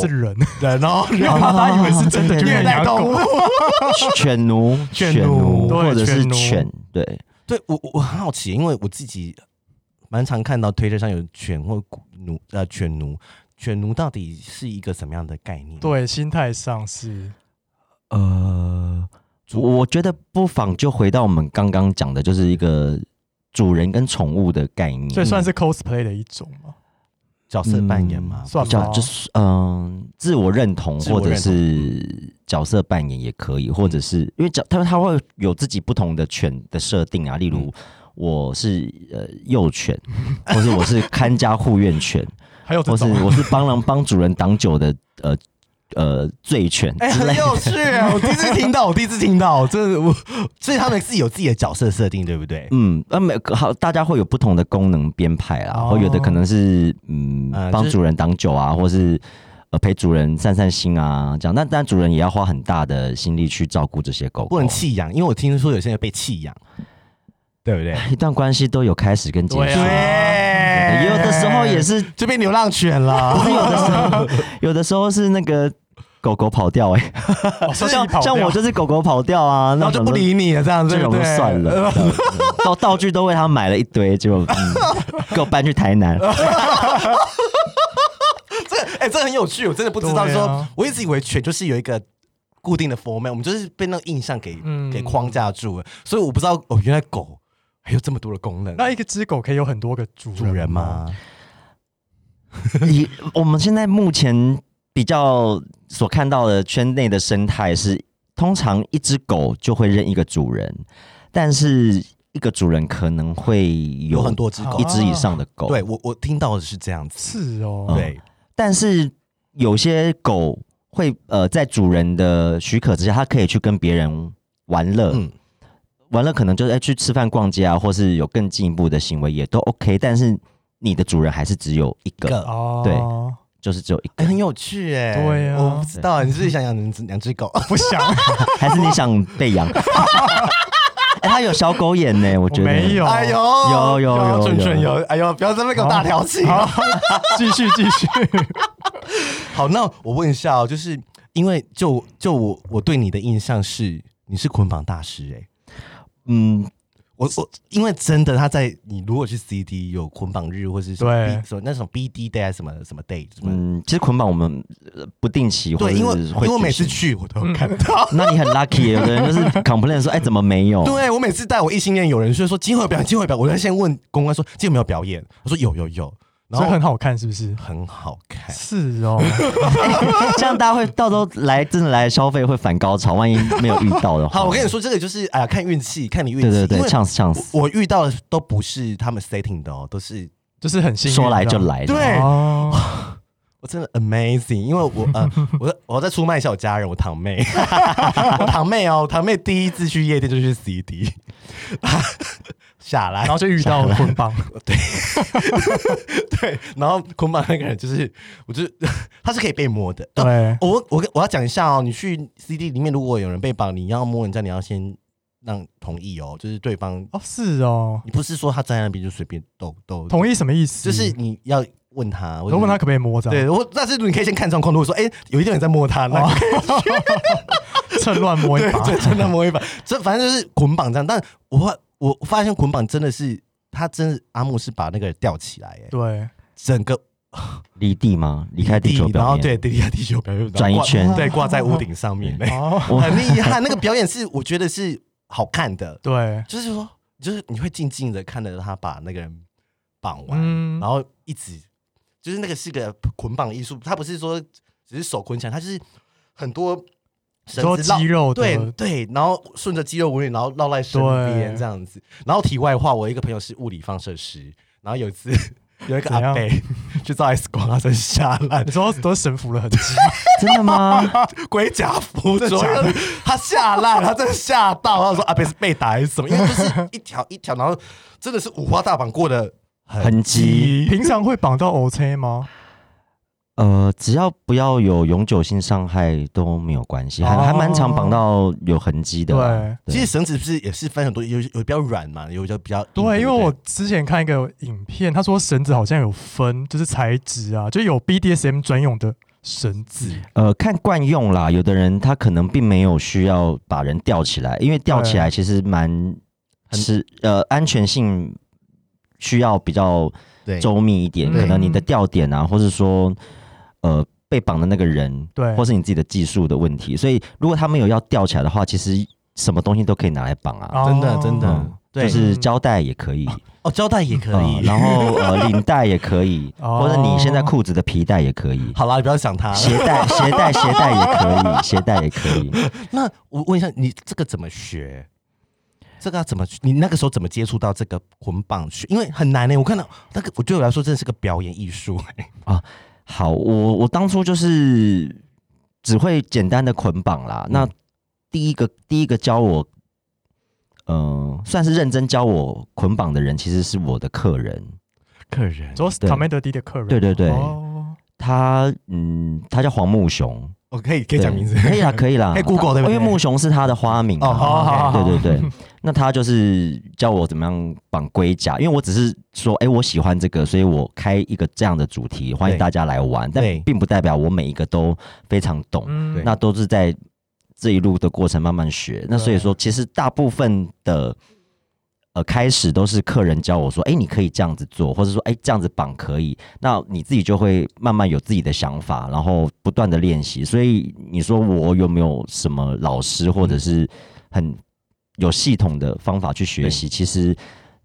Speaker 1: 狗
Speaker 2: 是人，
Speaker 1: 人哦，人
Speaker 2: 然后他以为是真
Speaker 1: [LAUGHS]
Speaker 2: 的
Speaker 3: 对
Speaker 2: 就是
Speaker 3: 对
Speaker 1: 虐待
Speaker 2: 养
Speaker 1: 动
Speaker 2: 狗
Speaker 1: 物。。
Speaker 3: [LAUGHS] 犬奴，
Speaker 1: 犬奴
Speaker 3: 奴，
Speaker 2: 对
Speaker 3: 或者是
Speaker 2: 犬奴
Speaker 3: 犬，对，
Speaker 1: [LAUGHS] 对我我我很好奇，因为我自己蛮常看到推特上有犬或古奴呃犬奴，犬奴到底是一个什么样的概念？
Speaker 2: 对，心态上
Speaker 1: 嗯
Speaker 2: 是
Speaker 3: 呃，我觉得不妨就回到我们刚刚讲的，就是一个主人跟宠物的概念，
Speaker 2: 所以算是 cosplay 的一种嘛。
Speaker 1: 角色扮演吗？
Speaker 3: 嗯
Speaker 2: 算
Speaker 3: 角
Speaker 2: 吗？
Speaker 3: 就是嗯、自我认同
Speaker 1: 自我
Speaker 3: 或者
Speaker 1: 认同
Speaker 3: 是角色扮演也可以，或者是因为角他们他会有自己不同的犬的设定啊，例如
Speaker 1: 嗯
Speaker 3: 我是呃幼犬， [LAUGHS] 或是我是看家护院
Speaker 1: [LAUGHS]
Speaker 3: 犬，
Speaker 2: 还有这
Speaker 3: 或是
Speaker 2: 种
Speaker 3: 我是帮人帮主人挡酒的呃呃醉犬
Speaker 1: 哎、
Speaker 3: 之
Speaker 1: 很
Speaker 3: 类的。
Speaker 1: 有趣啊！我第一次听到，我第一次听到，真的我，所以他们是有自己的角色设定，对不对？
Speaker 3: 嗯，那每个好，大家会有不同的功能编排啦，
Speaker 2: 哦
Speaker 3: 或有的可能是嗯
Speaker 1: 呃
Speaker 3: 帮
Speaker 1: 就是
Speaker 3: 主人挡酒啊，或是呃陪主人散散心啊，这样。那但主人也要花很大的心力去照顾这些狗狗
Speaker 1: 不。能弃养，因为我听说有些人被弃养，对不对？
Speaker 3: 一段关系都有开始跟结束，哎
Speaker 2: 对啊
Speaker 1: 对
Speaker 3: 有的时候也是，
Speaker 1: 就变流浪犬
Speaker 3: [LAUGHS]
Speaker 1: 了。
Speaker 3: 有的时候有的时候是那个狗狗跑掉哎、
Speaker 2: 哦
Speaker 1: 是
Speaker 2: 自己跑
Speaker 3: 像
Speaker 2: 掉
Speaker 3: 我就是狗狗跑掉啊，
Speaker 1: 然
Speaker 3: 那
Speaker 1: 后就
Speaker 3: 种
Speaker 1: 不
Speaker 3: 都
Speaker 1: 理你了，这样
Speaker 3: 这
Speaker 1: 对不
Speaker 3: 种
Speaker 1: 对
Speaker 3: 就？算了，这样子道道具都为他买了一堆，结果、
Speaker 1: [LAUGHS]
Speaker 3: 嗯、给我搬去台南。
Speaker 1: 这哎、这很有趣，我真的不知道
Speaker 2: 对啊
Speaker 1: 说，我一直以为犬就是有一个固定的 format，我们就是被那个印象给、
Speaker 2: 嗯
Speaker 1: 给框架住了，所以我不知道哦，原来狗还有这么多的功能。
Speaker 2: [LAUGHS] 那一个只狗可以有很多个主
Speaker 1: 主人
Speaker 2: 吗？
Speaker 1: 吗？
Speaker 3: 以我们现在目前比较所看到的圈内的生态是，通常一只狗就会认一个主人，但是一个主人可能会有
Speaker 1: 有很多只狗啊
Speaker 3: 一，只以上的狗。
Speaker 1: 对，我我听到的是这样子，
Speaker 2: 是哦，
Speaker 3: 嗯
Speaker 1: 对，
Speaker 3: 但是有些狗会呃，在主人的许可之下，它可以去跟别人玩乐。
Speaker 1: 嗯，
Speaker 3: 玩乐可能就是哎、去吃饭、逛街啊，或是有更进一步的行为也都 OK，但是你的主人还是只有一个，
Speaker 1: 一个
Speaker 2: 哦，
Speaker 3: 对就是只有一个，
Speaker 1: 哎、很有趣哎、
Speaker 2: 对啊
Speaker 1: 我不知道，你是不是想养两只两只狗？
Speaker 2: 不
Speaker 3: [LAUGHS]
Speaker 2: 想，
Speaker 3: 还是你想被
Speaker 1: [LAUGHS]
Speaker 3: 养？哎、他有小狗眼呢，我
Speaker 2: 我
Speaker 3: 觉得
Speaker 2: 没有，
Speaker 1: [LAUGHS] 哎呦，
Speaker 3: 有有有
Speaker 1: 蠢蠢有
Speaker 3: 有，
Speaker 1: 哎呦，不要在那边给我大调情。
Speaker 2: 好， [LAUGHS] 继续继续，
Speaker 1: [LAUGHS] 好，那我问一下、哦，就是因为就就我我对你的印象是你是捆绑大师哎、
Speaker 3: 嗯，
Speaker 1: 我我因为真的他在你如果去 CD 有捆绑日或是什么
Speaker 2: 对
Speaker 1: B, 什么那种 BD day 啊什么什么 day 什么。
Speaker 3: 嗯，其实捆绑我们呃不定期或
Speaker 1: 对，
Speaker 3: 者
Speaker 1: 因为
Speaker 3: 是会
Speaker 1: 因为我每次
Speaker 3: 举行，
Speaker 1: 去我都有看到，
Speaker 3: [LAUGHS] 那你很 lucky，有的人就是 complain 说，哎、怎么没有？
Speaker 1: 对我每次带我异性恋有人就说今后有表演，今后有表演，我就先问公关说今后有没有表演，我说有有有，然
Speaker 2: 所以
Speaker 1: 后
Speaker 2: 很好看是不是？
Speaker 1: 很好
Speaker 3: 哎
Speaker 1: 看，
Speaker 2: 是哦，
Speaker 3: [LAUGHS] 这样大家会到时候来真的来消费会反高潮，万一没有遇到的话，
Speaker 1: 好，我跟你说，这个就是哎呀，看运气，看你运气。
Speaker 3: 对对
Speaker 1: 因
Speaker 3: 对
Speaker 1: 为
Speaker 3: ，chance chance，
Speaker 1: 我我遇到的都不是他们 setting 的哦，都是
Speaker 2: 就是很幸运，
Speaker 3: 说来就来的，
Speaker 1: 对
Speaker 3: [LAUGHS]
Speaker 2: 哦，
Speaker 1: 我真的 amazing，因为我呃， [LAUGHS] 我我在出卖一下我家人，我堂妹， [LAUGHS] 我堂妹哦，我堂妹第一次去夜店就去 CD，下来
Speaker 2: 然，后就遇到捆
Speaker 3: [LAUGHS]
Speaker 2: 绑，
Speaker 1: 对，然后捆绑那个人就是，我就是 [LAUGHS] 他是可以被摸的。呃
Speaker 2: 对，
Speaker 1: 我我跟我要讲一下哦，你去 CD 里面，如果有人被绑，你要摸人家，你要先让同意哦，就是对方，
Speaker 2: 哦是哦，
Speaker 1: 你不是说他站在那边就随便逗逗，
Speaker 2: 同意什么意思？
Speaker 1: 就是你要问他，或
Speaker 2: 我
Speaker 1: 者
Speaker 2: 问他
Speaker 1: 是
Speaker 2: 可不可以摸着，
Speaker 1: 对，我但是你可以先看状况，如果说哎、有一个人在摸他，那
Speaker 2: 哦，趁乱摸一把，
Speaker 1: 就真的摸一把，这反正就是捆绑这样。但我发我发现捆绑真的是他真的阿木是把那个吊起来，哎，
Speaker 2: 对，
Speaker 1: 整个
Speaker 3: 离地吗？离开地球
Speaker 1: 然
Speaker 3: 表
Speaker 1: 后
Speaker 3: 面，
Speaker 1: 对，地下地球表面
Speaker 3: 转一圈
Speaker 1: 挂对，挂在屋顶上面，哎
Speaker 2: 哦，
Speaker 3: 我
Speaker 1: 很厉害。那个表演是我觉得是好看的，
Speaker 2: 对，
Speaker 1: 就是说就是你会静静的看着他把那个人绑完，
Speaker 2: 嗯
Speaker 1: 然后一直就是那个是个捆绑艺术，它不是说只是手捆起来，它就是很多绳
Speaker 2: 说
Speaker 1: 子绕
Speaker 2: 肌肉的
Speaker 1: 对对，然后顺着肌肉纹理，然后绕在身边
Speaker 2: 对
Speaker 1: 这样子。然后题外话，我一个朋友是物理放射师，然后有一次 [LAUGHS] 有一个
Speaker 2: 怎样
Speaker 1: 阿贝 [LAUGHS] 去照 X 光，他真下烂
Speaker 2: 你，说都神服了
Speaker 3: [LAUGHS]
Speaker 2: 很迹，
Speaker 3: 真的吗？
Speaker 1: [LAUGHS] 龟甲服
Speaker 2: 真的
Speaker 1: 着
Speaker 2: 假的，
Speaker 1: 他吓烂，他真的吓到，他说阿贝是被打还是什么？因为就是一条一条，然后真的是五花大绑过的
Speaker 3: 很急
Speaker 1: 急，
Speaker 2: 平常会绑到 OK 吗？
Speaker 3: 呃，只要不要有永久性伤害都没有关系，还、
Speaker 2: 哦
Speaker 3: 还蛮常绑到有痕迹的啦。
Speaker 1: 其实绳子不是也是分很多，有有比较软嘛，有就比较硬
Speaker 2: 对，因为
Speaker 1: 不
Speaker 2: 我之前看一个影片，他说绳子好像有分，就是材质啊，就有 BDSM 专用的绳子，
Speaker 1: 嗯
Speaker 3: 呃，看惯用啦，有的人他可能并没有需要把人吊起来，因为吊起来其实蛮
Speaker 1: 很
Speaker 3: 是呃安全性需要比较
Speaker 1: 对
Speaker 3: 周密一
Speaker 1: 嗯
Speaker 3: 点，
Speaker 2: 对
Speaker 3: 可能你的吊点啊，或是说呃被绑的那个人，
Speaker 2: 对
Speaker 3: 或是你自己的技术的问题，所以如果他们有要吊起来的话，其实什么东西都可以拿来绑啊，
Speaker 1: 真的真的
Speaker 2: 哦
Speaker 3: 嗯，
Speaker 1: 哦对
Speaker 3: 就是胶带也可以，
Speaker 1: 哦，胶带也可
Speaker 3: 嗯
Speaker 1: 以。
Speaker 3: 然后呃领带也
Speaker 1: [LAUGHS]
Speaker 3: 可以，
Speaker 2: 哦
Speaker 3: 或者你现在裤子的皮带也可以，
Speaker 1: 好啦，你不要想他了。
Speaker 3: 鞋带鞋带鞋带也可以，鞋带也可以。
Speaker 1: 那我问一下，你这个怎么学？这个要怎么？你那个时候怎么接触到这个捆绑学？因为很难呢、欸我看到那个，我对我来说真的是个表演艺术、欸
Speaker 3: 好，我我当初就是只会简单的捆绑啦。
Speaker 1: 嗯
Speaker 3: 那第一个第一个教我，嗯、算是认真教我捆绑的人，其实是我的客人。
Speaker 1: 客人
Speaker 2: 主要是
Speaker 3: 对
Speaker 2: t o m a t o D 的客人，
Speaker 3: 对对对
Speaker 2: 哦
Speaker 3: 他嗯，他叫黄木雄，
Speaker 1: [LAUGHS] 我可以可以讲
Speaker 3: 对
Speaker 1: 名字，
Speaker 3: 可以啦，可以啦。
Speaker 1: [LAUGHS] 可以 Google，对不对
Speaker 3: 因为木雄是他的花名啊。
Speaker 1: 哦好
Speaker 2: 好好
Speaker 3: 对对对。那他就是教我怎么样绑龟甲，因为我只是说，哎、我喜欢这个，所以我开一个这样的主题，欢迎
Speaker 1: 对
Speaker 3: 大家来玩。但
Speaker 1: 对
Speaker 3: 并不代表我每一个都非常懂。
Speaker 2: 嗯
Speaker 1: 对
Speaker 3: 那都是在这一路的过程慢慢学。那所以说，其实大部分的呃开始都是客人教我说，哎、你可以这样子做，或者说，哎、这样子绑可以。那你自己就会慢慢有自己的想法，然后不断的练习。所以你说我有没有什么老师或者
Speaker 1: 嗯
Speaker 3: 是很有系统的方法去学习？其实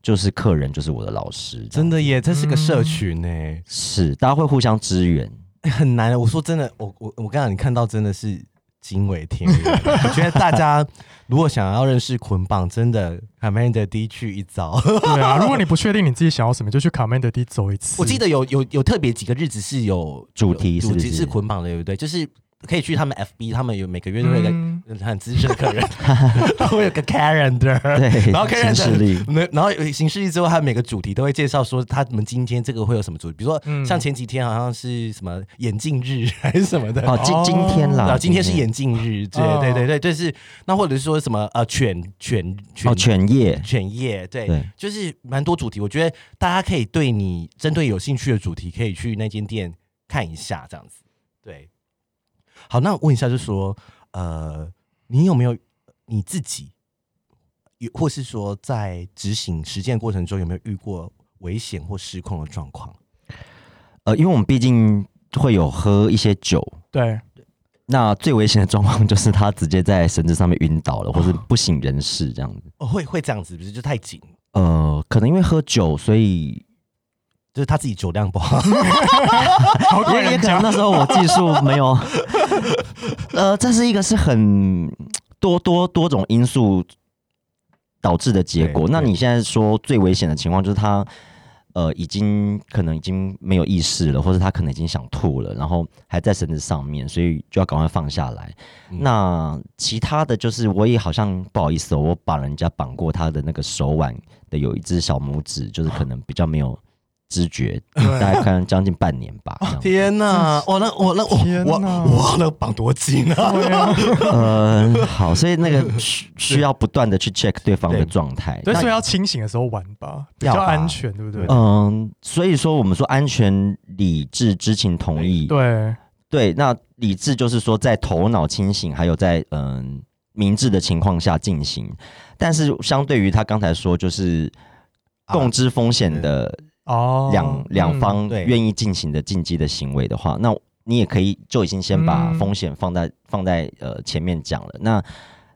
Speaker 3: 就是客人就是我的老师，
Speaker 1: 真的耶，这是个社
Speaker 2: 嗯
Speaker 1: 群呢、
Speaker 3: 是大家会互相支援。
Speaker 1: 哎 [LAUGHS] 很难。我说真的，我我我刚刚你看到真的是惊为天人。 [LAUGHS] 我觉得大家如果想要认识捆绑，真的 Commander D 去一遭。
Speaker 2: 对啊，如果你不确定你自己想要什么，就去 Commander D 走一
Speaker 1: [LAUGHS]
Speaker 2: 次。
Speaker 1: 我记得有有有特别几个日子是有
Speaker 3: 主题
Speaker 1: 有
Speaker 3: 是不
Speaker 1: 主题
Speaker 3: 是
Speaker 1: 是捆绑的，对不对？就是可以去他们 FB，他们有每个月都会有一个
Speaker 2: 嗯
Speaker 1: 很资深的客 [LAUGHS] 人，会有个 calendar，[LAUGHS]
Speaker 3: 对，
Speaker 1: 然后 calendar
Speaker 3: 行事力
Speaker 1: 那然后有形式力之后，他每个主题都会介绍说他们今天这个会有什么主题，比如说
Speaker 2: 嗯
Speaker 1: 像前几天好像是什么眼镜日还是什么的。
Speaker 3: 哦，今今天
Speaker 1: 然后
Speaker 3: 啦，
Speaker 1: 啊今天是眼镜日，对
Speaker 2: 哦
Speaker 1: 对对对，就是那或者是说什么呃犬犬
Speaker 3: 哦犬夜，
Speaker 1: 犬夜，对，
Speaker 3: 对
Speaker 1: 就是蛮多主题。我觉得大家可以对你针对有兴趣的主题，可以去那间店看一下，这样子。对，好，那问一下，就说呃，你有没有你自己，有或是说在执行实践过程中有没有遇过危险或失控的状况？
Speaker 3: 呃，因为我们毕竟会有喝一些酒，
Speaker 2: 对，
Speaker 1: [LAUGHS]
Speaker 3: 那最危险的状况 [LAUGHS] 就是他直接在绳子上面晕倒了，或是不省人事这样子。
Speaker 1: 哦，会会这样子，不是就太紧，
Speaker 3: 呃，可能因为喝酒，所以
Speaker 1: 就是他自己酒量不好。
Speaker 2: 好
Speaker 3: 也
Speaker 2: 鬼
Speaker 3: 也
Speaker 2: 人
Speaker 3: 可能
Speaker 2: 家
Speaker 3: 那时候我技术没有。呃，这是一个是很多多多种因素导致的结果。
Speaker 1: 对
Speaker 3: 那
Speaker 1: 对
Speaker 3: 你现在说最危险的情况就是他。呃，已经可能已经没有意识了，或者他可能已经想吐了，然后还在绳子上面，所以就要赶快放下来。那其他的就是，我也好像不好意思、哦，我把人家绑过他的那个手腕的有一只小拇指，就是可能比较没有知觉，大概可能将近半年吧。这样
Speaker 1: 天哪！我那我那我
Speaker 2: 天
Speaker 1: 我
Speaker 2: 哪
Speaker 1: 我那绑多紧啊！
Speaker 2: 对啊
Speaker 3: 呃，好，所以那个需需要不断的去 check 对方的状态。
Speaker 2: 对，
Speaker 3: 那
Speaker 2: 所以要清醒的时候玩吧，比
Speaker 3: 要
Speaker 2: 较
Speaker 3: 吧
Speaker 2: 安全，对不对？
Speaker 3: 嗯，所以说我们说安全、理智、知情同意。
Speaker 2: 对，
Speaker 3: 对，那理智就是说在头脑清醒，还有在嗯明智的情况下进行。但是相对于他刚才说，就是
Speaker 1: 啊
Speaker 3: 共知风险的
Speaker 2: 哦，
Speaker 3: 两两方
Speaker 1: 对
Speaker 3: 愿意进行的竞技的行为的话，那你也可以就已经先把
Speaker 2: 嗯
Speaker 3: 风险放在、放在呃前面讲了。那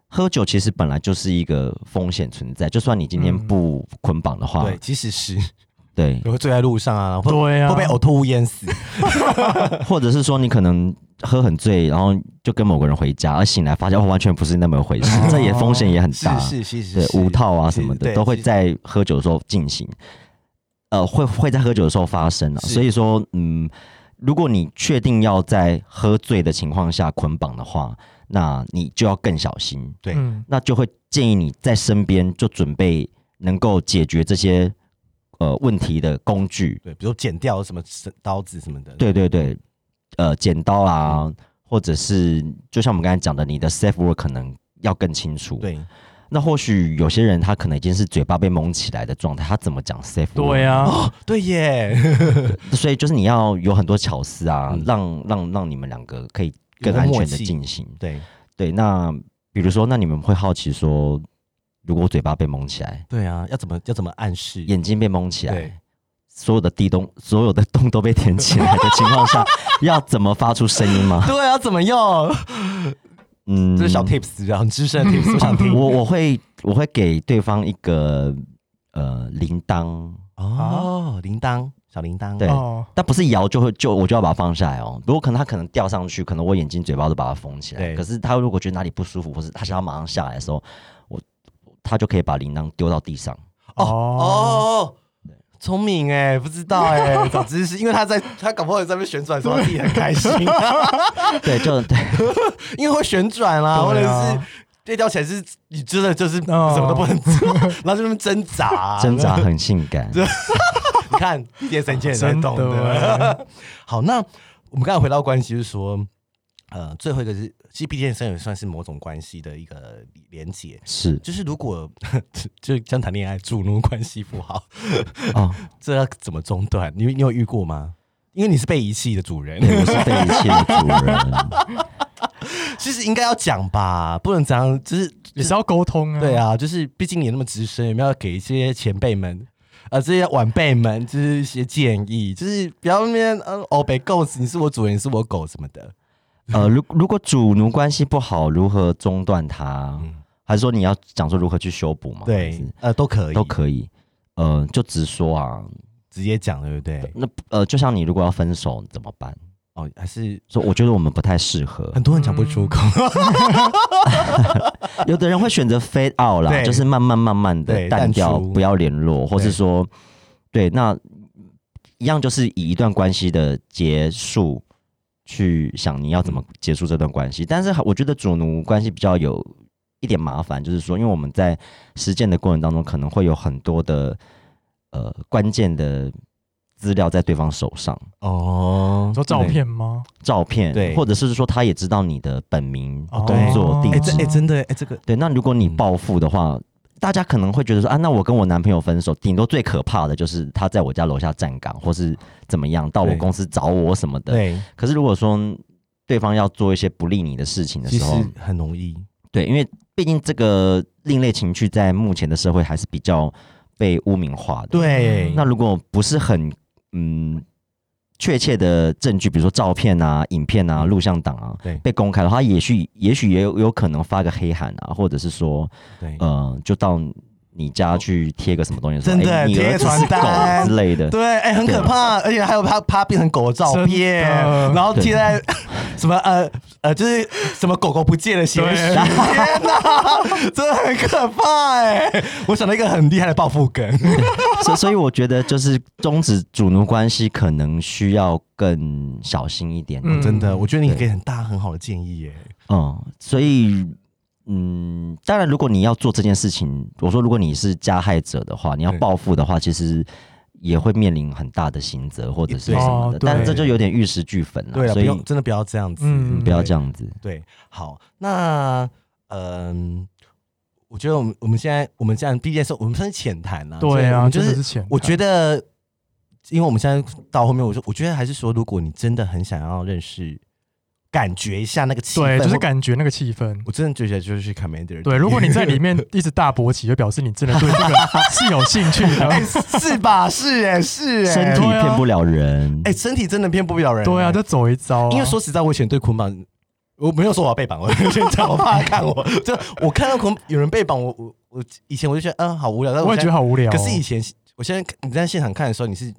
Speaker 3: 喝酒其实本来就是一个风险存在，就算你今天
Speaker 2: 嗯
Speaker 3: 不捆绑的话，
Speaker 1: 对，其实是
Speaker 3: 对
Speaker 1: 我会醉在路上啊，会
Speaker 2: 对啊，
Speaker 1: 会被呕吐物淹死。
Speaker 3: 或者是说你可能喝很醉，然后就跟某个人回家，而醒来发现哦完全不是那么回事，
Speaker 2: 哦
Speaker 3: 这也风险也很
Speaker 1: 是
Speaker 3: 大。
Speaker 1: 是是是
Speaker 3: 对，
Speaker 1: 是
Speaker 3: 无套啊什么
Speaker 1: 是
Speaker 3: 的
Speaker 1: 对
Speaker 3: 都会
Speaker 1: 是
Speaker 3: 在喝酒的时候进行，呃，会会在喝酒的时候发生啊。
Speaker 1: 是
Speaker 3: 所以说，嗯，如果你确定要在喝醉的情况下捆绑的话，那你就要更小心。
Speaker 1: 对
Speaker 2: 嗯
Speaker 3: 那就会建议你在身边就准备能够解决这些呃问题的工具。
Speaker 1: 对，比如剪掉什么刀子什么的。
Speaker 3: 对对对，呃，剪刀啊，或者是就像我们刚才讲的，你的 safe word 可能要更清楚。
Speaker 1: 对，
Speaker 3: 那或许有些人他可能已经是嘴巴被蒙起来的状态，他怎么讲 safe？
Speaker 2: 对
Speaker 3: 呀、
Speaker 2: 啊，
Speaker 1: 对
Speaker 3: [LAUGHS]
Speaker 1: 耶，
Speaker 3: 所以就是你要有很多巧思啊，
Speaker 1: 嗯
Speaker 3: 让让让你们两个可以
Speaker 1: 有
Speaker 3: 更
Speaker 1: 个
Speaker 3: 安
Speaker 1: 默
Speaker 3: 全的
Speaker 1: 契
Speaker 3: 进行。
Speaker 1: 对
Speaker 3: 对，那比如说，那你们会好奇说，如果我嘴巴被蒙起来，
Speaker 1: 对啊，要怎么要怎么暗示？
Speaker 3: 眼睛被蒙起
Speaker 1: 对
Speaker 3: 来，所有的地洞所有的洞都
Speaker 1: [LAUGHS]
Speaker 3: 被填起来的情况下，要怎么发出声音吗？
Speaker 1: 对啊，怎么用？
Speaker 3: 嗯
Speaker 1: 这是小 tips，然后知识的 tips，我 [LAUGHS] 想听。
Speaker 3: 我我会我会给对方一个呃铃铛，
Speaker 1: 哦，铃铛，小铃铛，
Speaker 3: 嗯对
Speaker 2: 哦，
Speaker 3: 但不是摇就会就我就要把它放下来哦。如果可能它可能掉上去，可能我眼睛嘴巴都把它封起来。
Speaker 1: 对
Speaker 3: 可是他如果觉得哪里不舒服，或是他想要马上下来的时候，我他就可以把铃铛丢到
Speaker 1: [LAUGHS]
Speaker 3: 地上。
Speaker 1: 哦哦，聪明哎，不知道哎，长知识，因为他在他搞不好也在那边旋转的时候，他自己很开心，
Speaker 3: 对，就 [LAUGHS] 对
Speaker 1: 因为会旋转啦，或者
Speaker 2: 对啊
Speaker 1: 是对掉起来是你真的就是什
Speaker 2: 哦
Speaker 1: 么都不能做，然后就在那边挣扎，
Speaker 3: 挣扎很性感。
Speaker 1: 你看一点神见才
Speaker 2: 真的
Speaker 1: 懂的。好，那我们刚才回到关系，就是说，呃，最后一个是，其实毕竟生也算是某种关系的一个连结。
Speaker 3: 是
Speaker 1: 就是如果就像谈恋爱主奴关系不好，
Speaker 3: 哦，
Speaker 1: 这要怎么中断？你你有遇过吗？因为你是被遗弃的主人，
Speaker 3: 对，我是被遗弃的主
Speaker 1: [LAUGHS]
Speaker 3: 人。
Speaker 1: 其实应该要讲吧，不能这样，就是
Speaker 2: 也是要沟通
Speaker 3: 嗯
Speaker 2: 啊。
Speaker 1: 对，啊，就是毕竟你那么资深，有没有给一些前辈们，呃，这些晚辈们，就是一些建议，就是不要那边呃，哦，被狗，你是我主人，你是我狗什么的。
Speaker 3: 呃，如如果主奴关系不好，如何中断它？还是说你要讲说如何去修补嘛？还
Speaker 1: 嗯对
Speaker 3: 是，
Speaker 1: 呃，都可以，
Speaker 3: 都可以。呃，就直说啊。
Speaker 1: 直接讲，对不对？
Speaker 3: 那呃，就像你如果要分手怎么办？
Speaker 1: 哦，还是
Speaker 3: 说我觉得我们不太适合，
Speaker 1: 很多人讲不出口，
Speaker 3: 嗯 [LAUGHS] 有的人会选择 fade out 啦，
Speaker 1: 对
Speaker 3: 就是慢慢慢慢
Speaker 1: 对
Speaker 3: 的淡掉，
Speaker 1: 淡出
Speaker 3: 不要联络，或是说，对，那一样就是以一段关系的结束去想你要怎么结束这段关系。但是我觉得主奴关系比较有一点麻烦，就是说，因为我们在实践的过程当中，可能会有很多的呃关键的资料在对方手上，
Speaker 1: [LAUGHS] 哦
Speaker 2: 你说照。片吗？
Speaker 3: 照片，
Speaker 1: 对
Speaker 3: 或者是说他也知道你的本名、
Speaker 2: 哦
Speaker 3: 工作、
Speaker 1: 哎、
Speaker 3: 地
Speaker 1: 这
Speaker 3: 址
Speaker 1: 哎、真的哎、这个
Speaker 3: 对，那如果你
Speaker 1: 嗯
Speaker 3: 暴富的话，大家可能会觉得说啊，那我跟我男朋友分手，顶多最可怕的就是他在我家楼下站岗，或是怎么样，到我
Speaker 1: 对
Speaker 3: 公司找我什么的。
Speaker 1: 对，
Speaker 3: 可是如果说对方要做一些不利你的事情的
Speaker 1: 其
Speaker 3: 时
Speaker 1: 实
Speaker 3: 候，
Speaker 1: 很容易。
Speaker 3: 对，因为毕竟这个另类情绪在目前的社会还是比较被污名化的。，
Speaker 1: 对，
Speaker 3: 那如果不是很嗯确切的证据，比如说照片啊、影片啊、录像档啊，
Speaker 1: 嗯对
Speaker 3: 被公开的话，也许也许也有有可能发个黑函啊，或者是说
Speaker 1: 对、
Speaker 3: 呃，就到你家去贴个什么东西说，
Speaker 1: 真的
Speaker 3: 哎你
Speaker 1: 贴
Speaker 3: 儿子是
Speaker 1: 传单
Speaker 3: 狗之类的。
Speaker 1: 对，哎、很可怕，而且还有怕怕变成狗的照片，
Speaker 2: 真的
Speaker 1: 然后贴在什么呃呃，就是什么狗狗不见了写
Speaker 2: 对
Speaker 1: 天哪，啊 [LAUGHS] 真的很可怕哎、我想到一个很厉害的报复梗，
Speaker 2: 嗯
Speaker 1: 啊
Speaker 3: 所以所以我觉得就是终止主奴关系，可能需要更小心一点。
Speaker 2: 嗯
Speaker 3: 嗯
Speaker 1: 真的，我觉得你给很大很好的建议耶、哎
Speaker 3: 所以嗯，当然，如果你要做这件事情，我说如果你是加害者的话，你要
Speaker 1: 对
Speaker 3: 报复的话，其实。也会面临很大的刑责或者是
Speaker 1: 对
Speaker 3: 什么的，
Speaker 2: 哦
Speaker 3: 但
Speaker 2: 对
Speaker 3: 这就有点玉石俱焚
Speaker 1: 对了，
Speaker 3: 了，
Speaker 1: 不
Speaker 3: 所以
Speaker 1: 用真的不要这样子，
Speaker 2: 嗯
Speaker 3: 不要这样子。
Speaker 1: 对，好，那嗯、我觉得我们我们现在我们这样，毕竟是我们算是浅谈了、所以
Speaker 2: 对
Speaker 1: 我
Speaker 2: 啊，
Speaker 1: 们就
Speaker 2: 真的
Speaker 1: 是
Speaker 2: 是钱。
Speaker 1: 我觉得，因为我们现在到后面，我说，我觉得还是说，如果你真的很想要认识，感觉一下那个气氛，
Speaker 2: 对，就是
Speaker 1: 或，
Speaker 2: 感觉那个气氛。
Speaker 1: 我真的觉得就是去 Commander。
Speaker 2: 对，如果你在
Speaker 1: [LAUGHS]
Speaker 2: 里面一直大勃起，就表示你真的对这个是有兴趣
Speaker 1: [LAUGHS] 哎、
Speaker 2: 的。
Speaker 1: 是吧？是哎、是哎、
Speaker 3: 身体
Speaker 2: 对啊
Speaker 3: 骗不了人
Speaker 1: 哎、，身体真的骗不了人、哎
Speaker 2: 对啊，就走一遭啊。
Speaker 1: 因为说实在，我以前对捆绑，我没有说我要被绑，我 [LAUGHS] 先讲，我怕看我，就我看到捆有人被绑，我我我以前我就觉得，嗯，好无聊，但
Speaker 2: 我也
Speaker 1: 现在
Speaker 2: 觉得好无聊哦。
Speaker 1: 可是以前，我现在你在现场看的时候，你是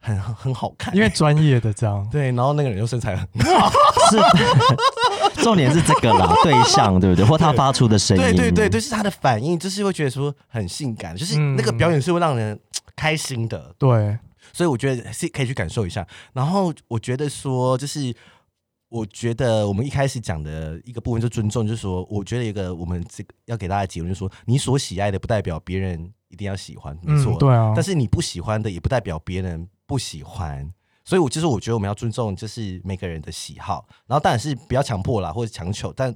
Speaker 1: 很很很好看、哎
Speaker 2: 因为专业的这样，
Speaker 1: 对，然后那个人又身材很
Speaker 3: 是重点是这个啦，对象对不对？或他发出的声音，
Speaker 1: 对对对，就是他的反应，就是会觉得说很性感，就是
Speaker 2: 嗯
Speaker 1: 那个表演是会让人开心的，
Speaker 2: 对，
Speaker 1: 所以我觉得是可以去感受一下。然后我觉得说，就是我觉得我们一开始讲的一个部分就尊重，就是说，我觉得一个我们这个要给大家的结论，就是说你所喜爱的不代表别人一定要喜欢，没错，
Speaker 2: 嗯，对啊，
Speaker 1: 但是你不喜欢的也不代表别人不喜欢。所以，我就是我觉得我们要尊重，就是每个人的喜好，然后当然是不要强迫啦，或者强求，但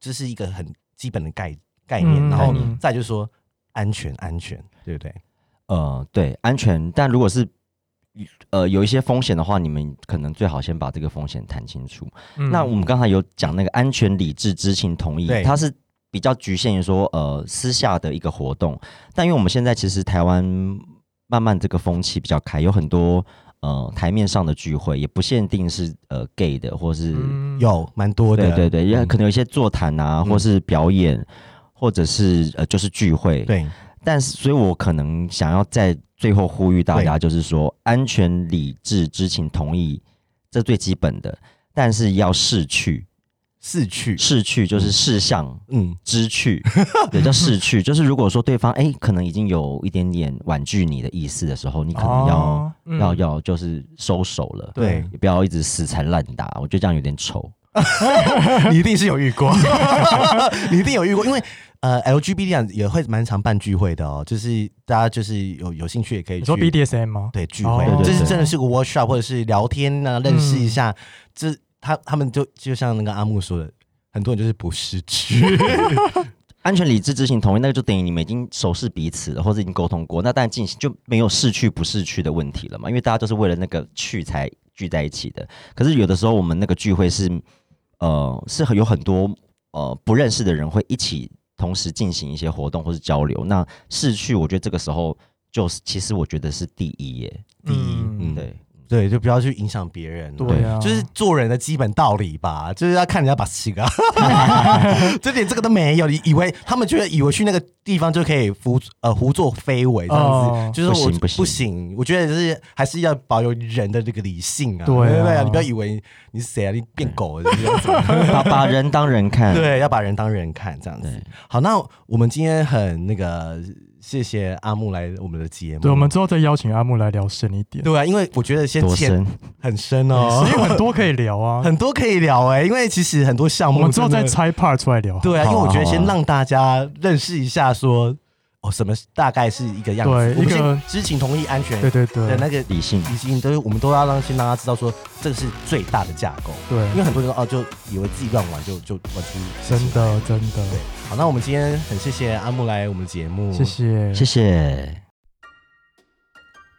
Speaker 1: 这是一个很基本的概概念。
Speaker 2: 嗯
Speaker 1: 然后
Speaker 2: 嗯
Speaker 1: 再就是说安全，安全，对不对？
Speaker 3: 呃，对安全。但如果是呃有一些风险的话，你们可能最好先把这个风险谈清楚。
Speaker 2: 嗯
Speaker 3: 那我们刚才有讲那个安全、理智、知情同意
Speaker 1: 对，
Speaker 3: 它是比较局限于说呃私下的一个活动。但因为我们现在其实台湾慢慢这个风气比较开，有很多呃台面上的聚会，也不限定是呃 gay 的，或是、
Speaker 2: 嗯，
Speaker 1: 有蛮多的，
Speaker 3: 对对对，也
Speaker 1: 嗯
Speaker 3: 可能有一些座谈啊，
Speaker 1: 嗯
Speaker 3: 或是表演，或者是呃就是聚会。，
Speaker 1: 对
Speaker 3: 但是所以我可能想要在最后呼吁大家，就是说安全、理智、知情同意，这最基本的，但是要识趣，
Speaker 1: 逝去，
Speaker 3: 识趣就是事项。
Speaker 1: 嗯，
Speaker 3: 知趣，对，叫识趣，就是如果说对方哎、可能已经有一点点婉拒你的意思的时候，你可能要、
Speaker 2: 哦嗯
Speaker 3: 要要就是收手了，
Speaker 1: 对
Speaker 3: 也不要一直死缠烂打，我觉得这样有点丑。
Speaker 1: [LAUGHS] 你一定是有遇过， [LAUGHS] 你一定有遇过，因为呃，LGBT 啊也会蛮常办聚会的哦，就是大家就是有有兴趣也可以
Speaker 2: 你
Speaker 1: 去
Speaker 2: 说 BDSM 吗？
Speaker 1: 对聚
Speaker 2: 哦
Speaker 1: 会，
Speaker 3: 对对
Speaker 1: 这是
Speaker 3: 对
Speaker 1: 真的是个 workshop 或者是聊天呢、认识一
Speaker 2: 嗯
Speaker 1: 下。这他他们就就像那个阿木说的，很多人就是不识
Speaker 2: [LAUGHS]
Speaker 1: 趣，
Speaker 3: 安全理智知情同意，那个就等于你们已经熟识彼此了，或者已经沟通过，那当然进行就没有逝去不逝去的问题了嘛，因为大家都是为了那个去才聚在一起的。可是有的时候我们那个聚会是，呃，是很有很多呃不认识的人会一起同时进行一些活动或是交流。那逝去，我觉得这个时候就是其实我觉得是第一耶，
Speaker 1: 嗯
Speaker 2: 嗯， [LAUGHS]
Speaker 3: 对，
Speaker 1: 对，就不要去影响别人。
Speaker 2: 对啊，
Speaker 1: 就是做人的基本道理吧，就是要看人家把戏
Speaker 2: [LAUGHS]
Speaker 1: 啊，这点这个都没有。你以为他们觉得以为去那个地方就可以胡呃胡作非为这样子，
Speaker 2: 哦
Speaker 1: 就是我
Speaker 3: 不行不行
Speaker 1: 我觉得就是还是要保有人的这个理性啊，
Speaker 2: 对啊
Speaker 1: 对不对啊，你不要以为你是谁啊，你变狗了这样子。
Speaker 3: 把把人当人
Speaker 2: 嗯
Speaker 3: 看，
Speaker 1: 对，要把人当人看这样子
Speaker 3: 对。
Speaker 1: 好，那我们今天很那个，谢谢阿木来我们的节目。
Speaker 2: 对，我们之后再邀请阿木来聊深一点，
Speaker 1: 对啊，因为我觉得先
Speaker 3: 多
Speaker 1: 浅
Speaker 3: 深。
Speaker 1: 很深哦
Speaker 2: 因，为很多可以聊啊，
Speaker 1: [LAUGHS] 很多可以聊哎、因为其实很多项
Speaker 2: 我
Speaker 1: 目
Speaker 2: 们之后
Speaker 1: 真
Speaker 2: 再
Speaker 1: 的
Speaker 2: 拆 part 出来聊。
Speaker 1: 对啊，因
Speaker 3: 好啊
Speaker 1: 为我觉得
Speaker 3: 好啊
Speaker 1: 先让大家认识一下说，哦，什么大概是一个样子，
Speaker 2: 对
Speaker 1: 我们先
Speaker 2: 一个
Speaker 1: 知情同意安全
Speaker 2: 对对
Speaker 1: 的
Speaker 2: 对
Speaker 1: 那个
Speaker 3: 理性，
Speaker 1: 已经都是我们都要让先让大家知道说这个是最大的架构，
Speaker 2: 对
Speaker 1: 因为很多人哦就以为自己乱玩就就玩出事
Speaker 2: 真
Speaker 1: 情
Speaker 2: 的真的，
Speaker 1: 对，好，那我们今天很谢谢阿木来我们的节目，
Speaker 2: 谢谢
Speaker 3: 谢谢。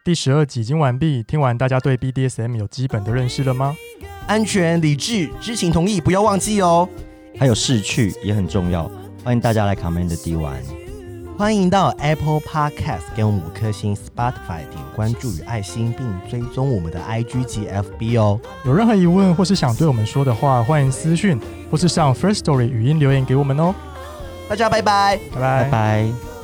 Speaker 2: 第十二集已经完毕，听完大家对 BDSM 有基本的认识了吗？
Speaker 1: 安全、理智、知情同意，不要忘记哦。
Speaker 3: 还有逝去也很重要，欢迎大家来 c o m m e n t 玩。
Speaker 1: 欢迎到 Apple Podcast 给我们五颗星，Spotify 点关注与爱心，并追踪我们的 IG 及 FB 哦。
Speaker 2: 有任何疑问或是想对我们说的话，欢迎私讯或是上 First Story 语音留言给我们哦。
Speaker 1: 大家拜拜。
Speaker 2: 拜
Speaker 3: 拜拜。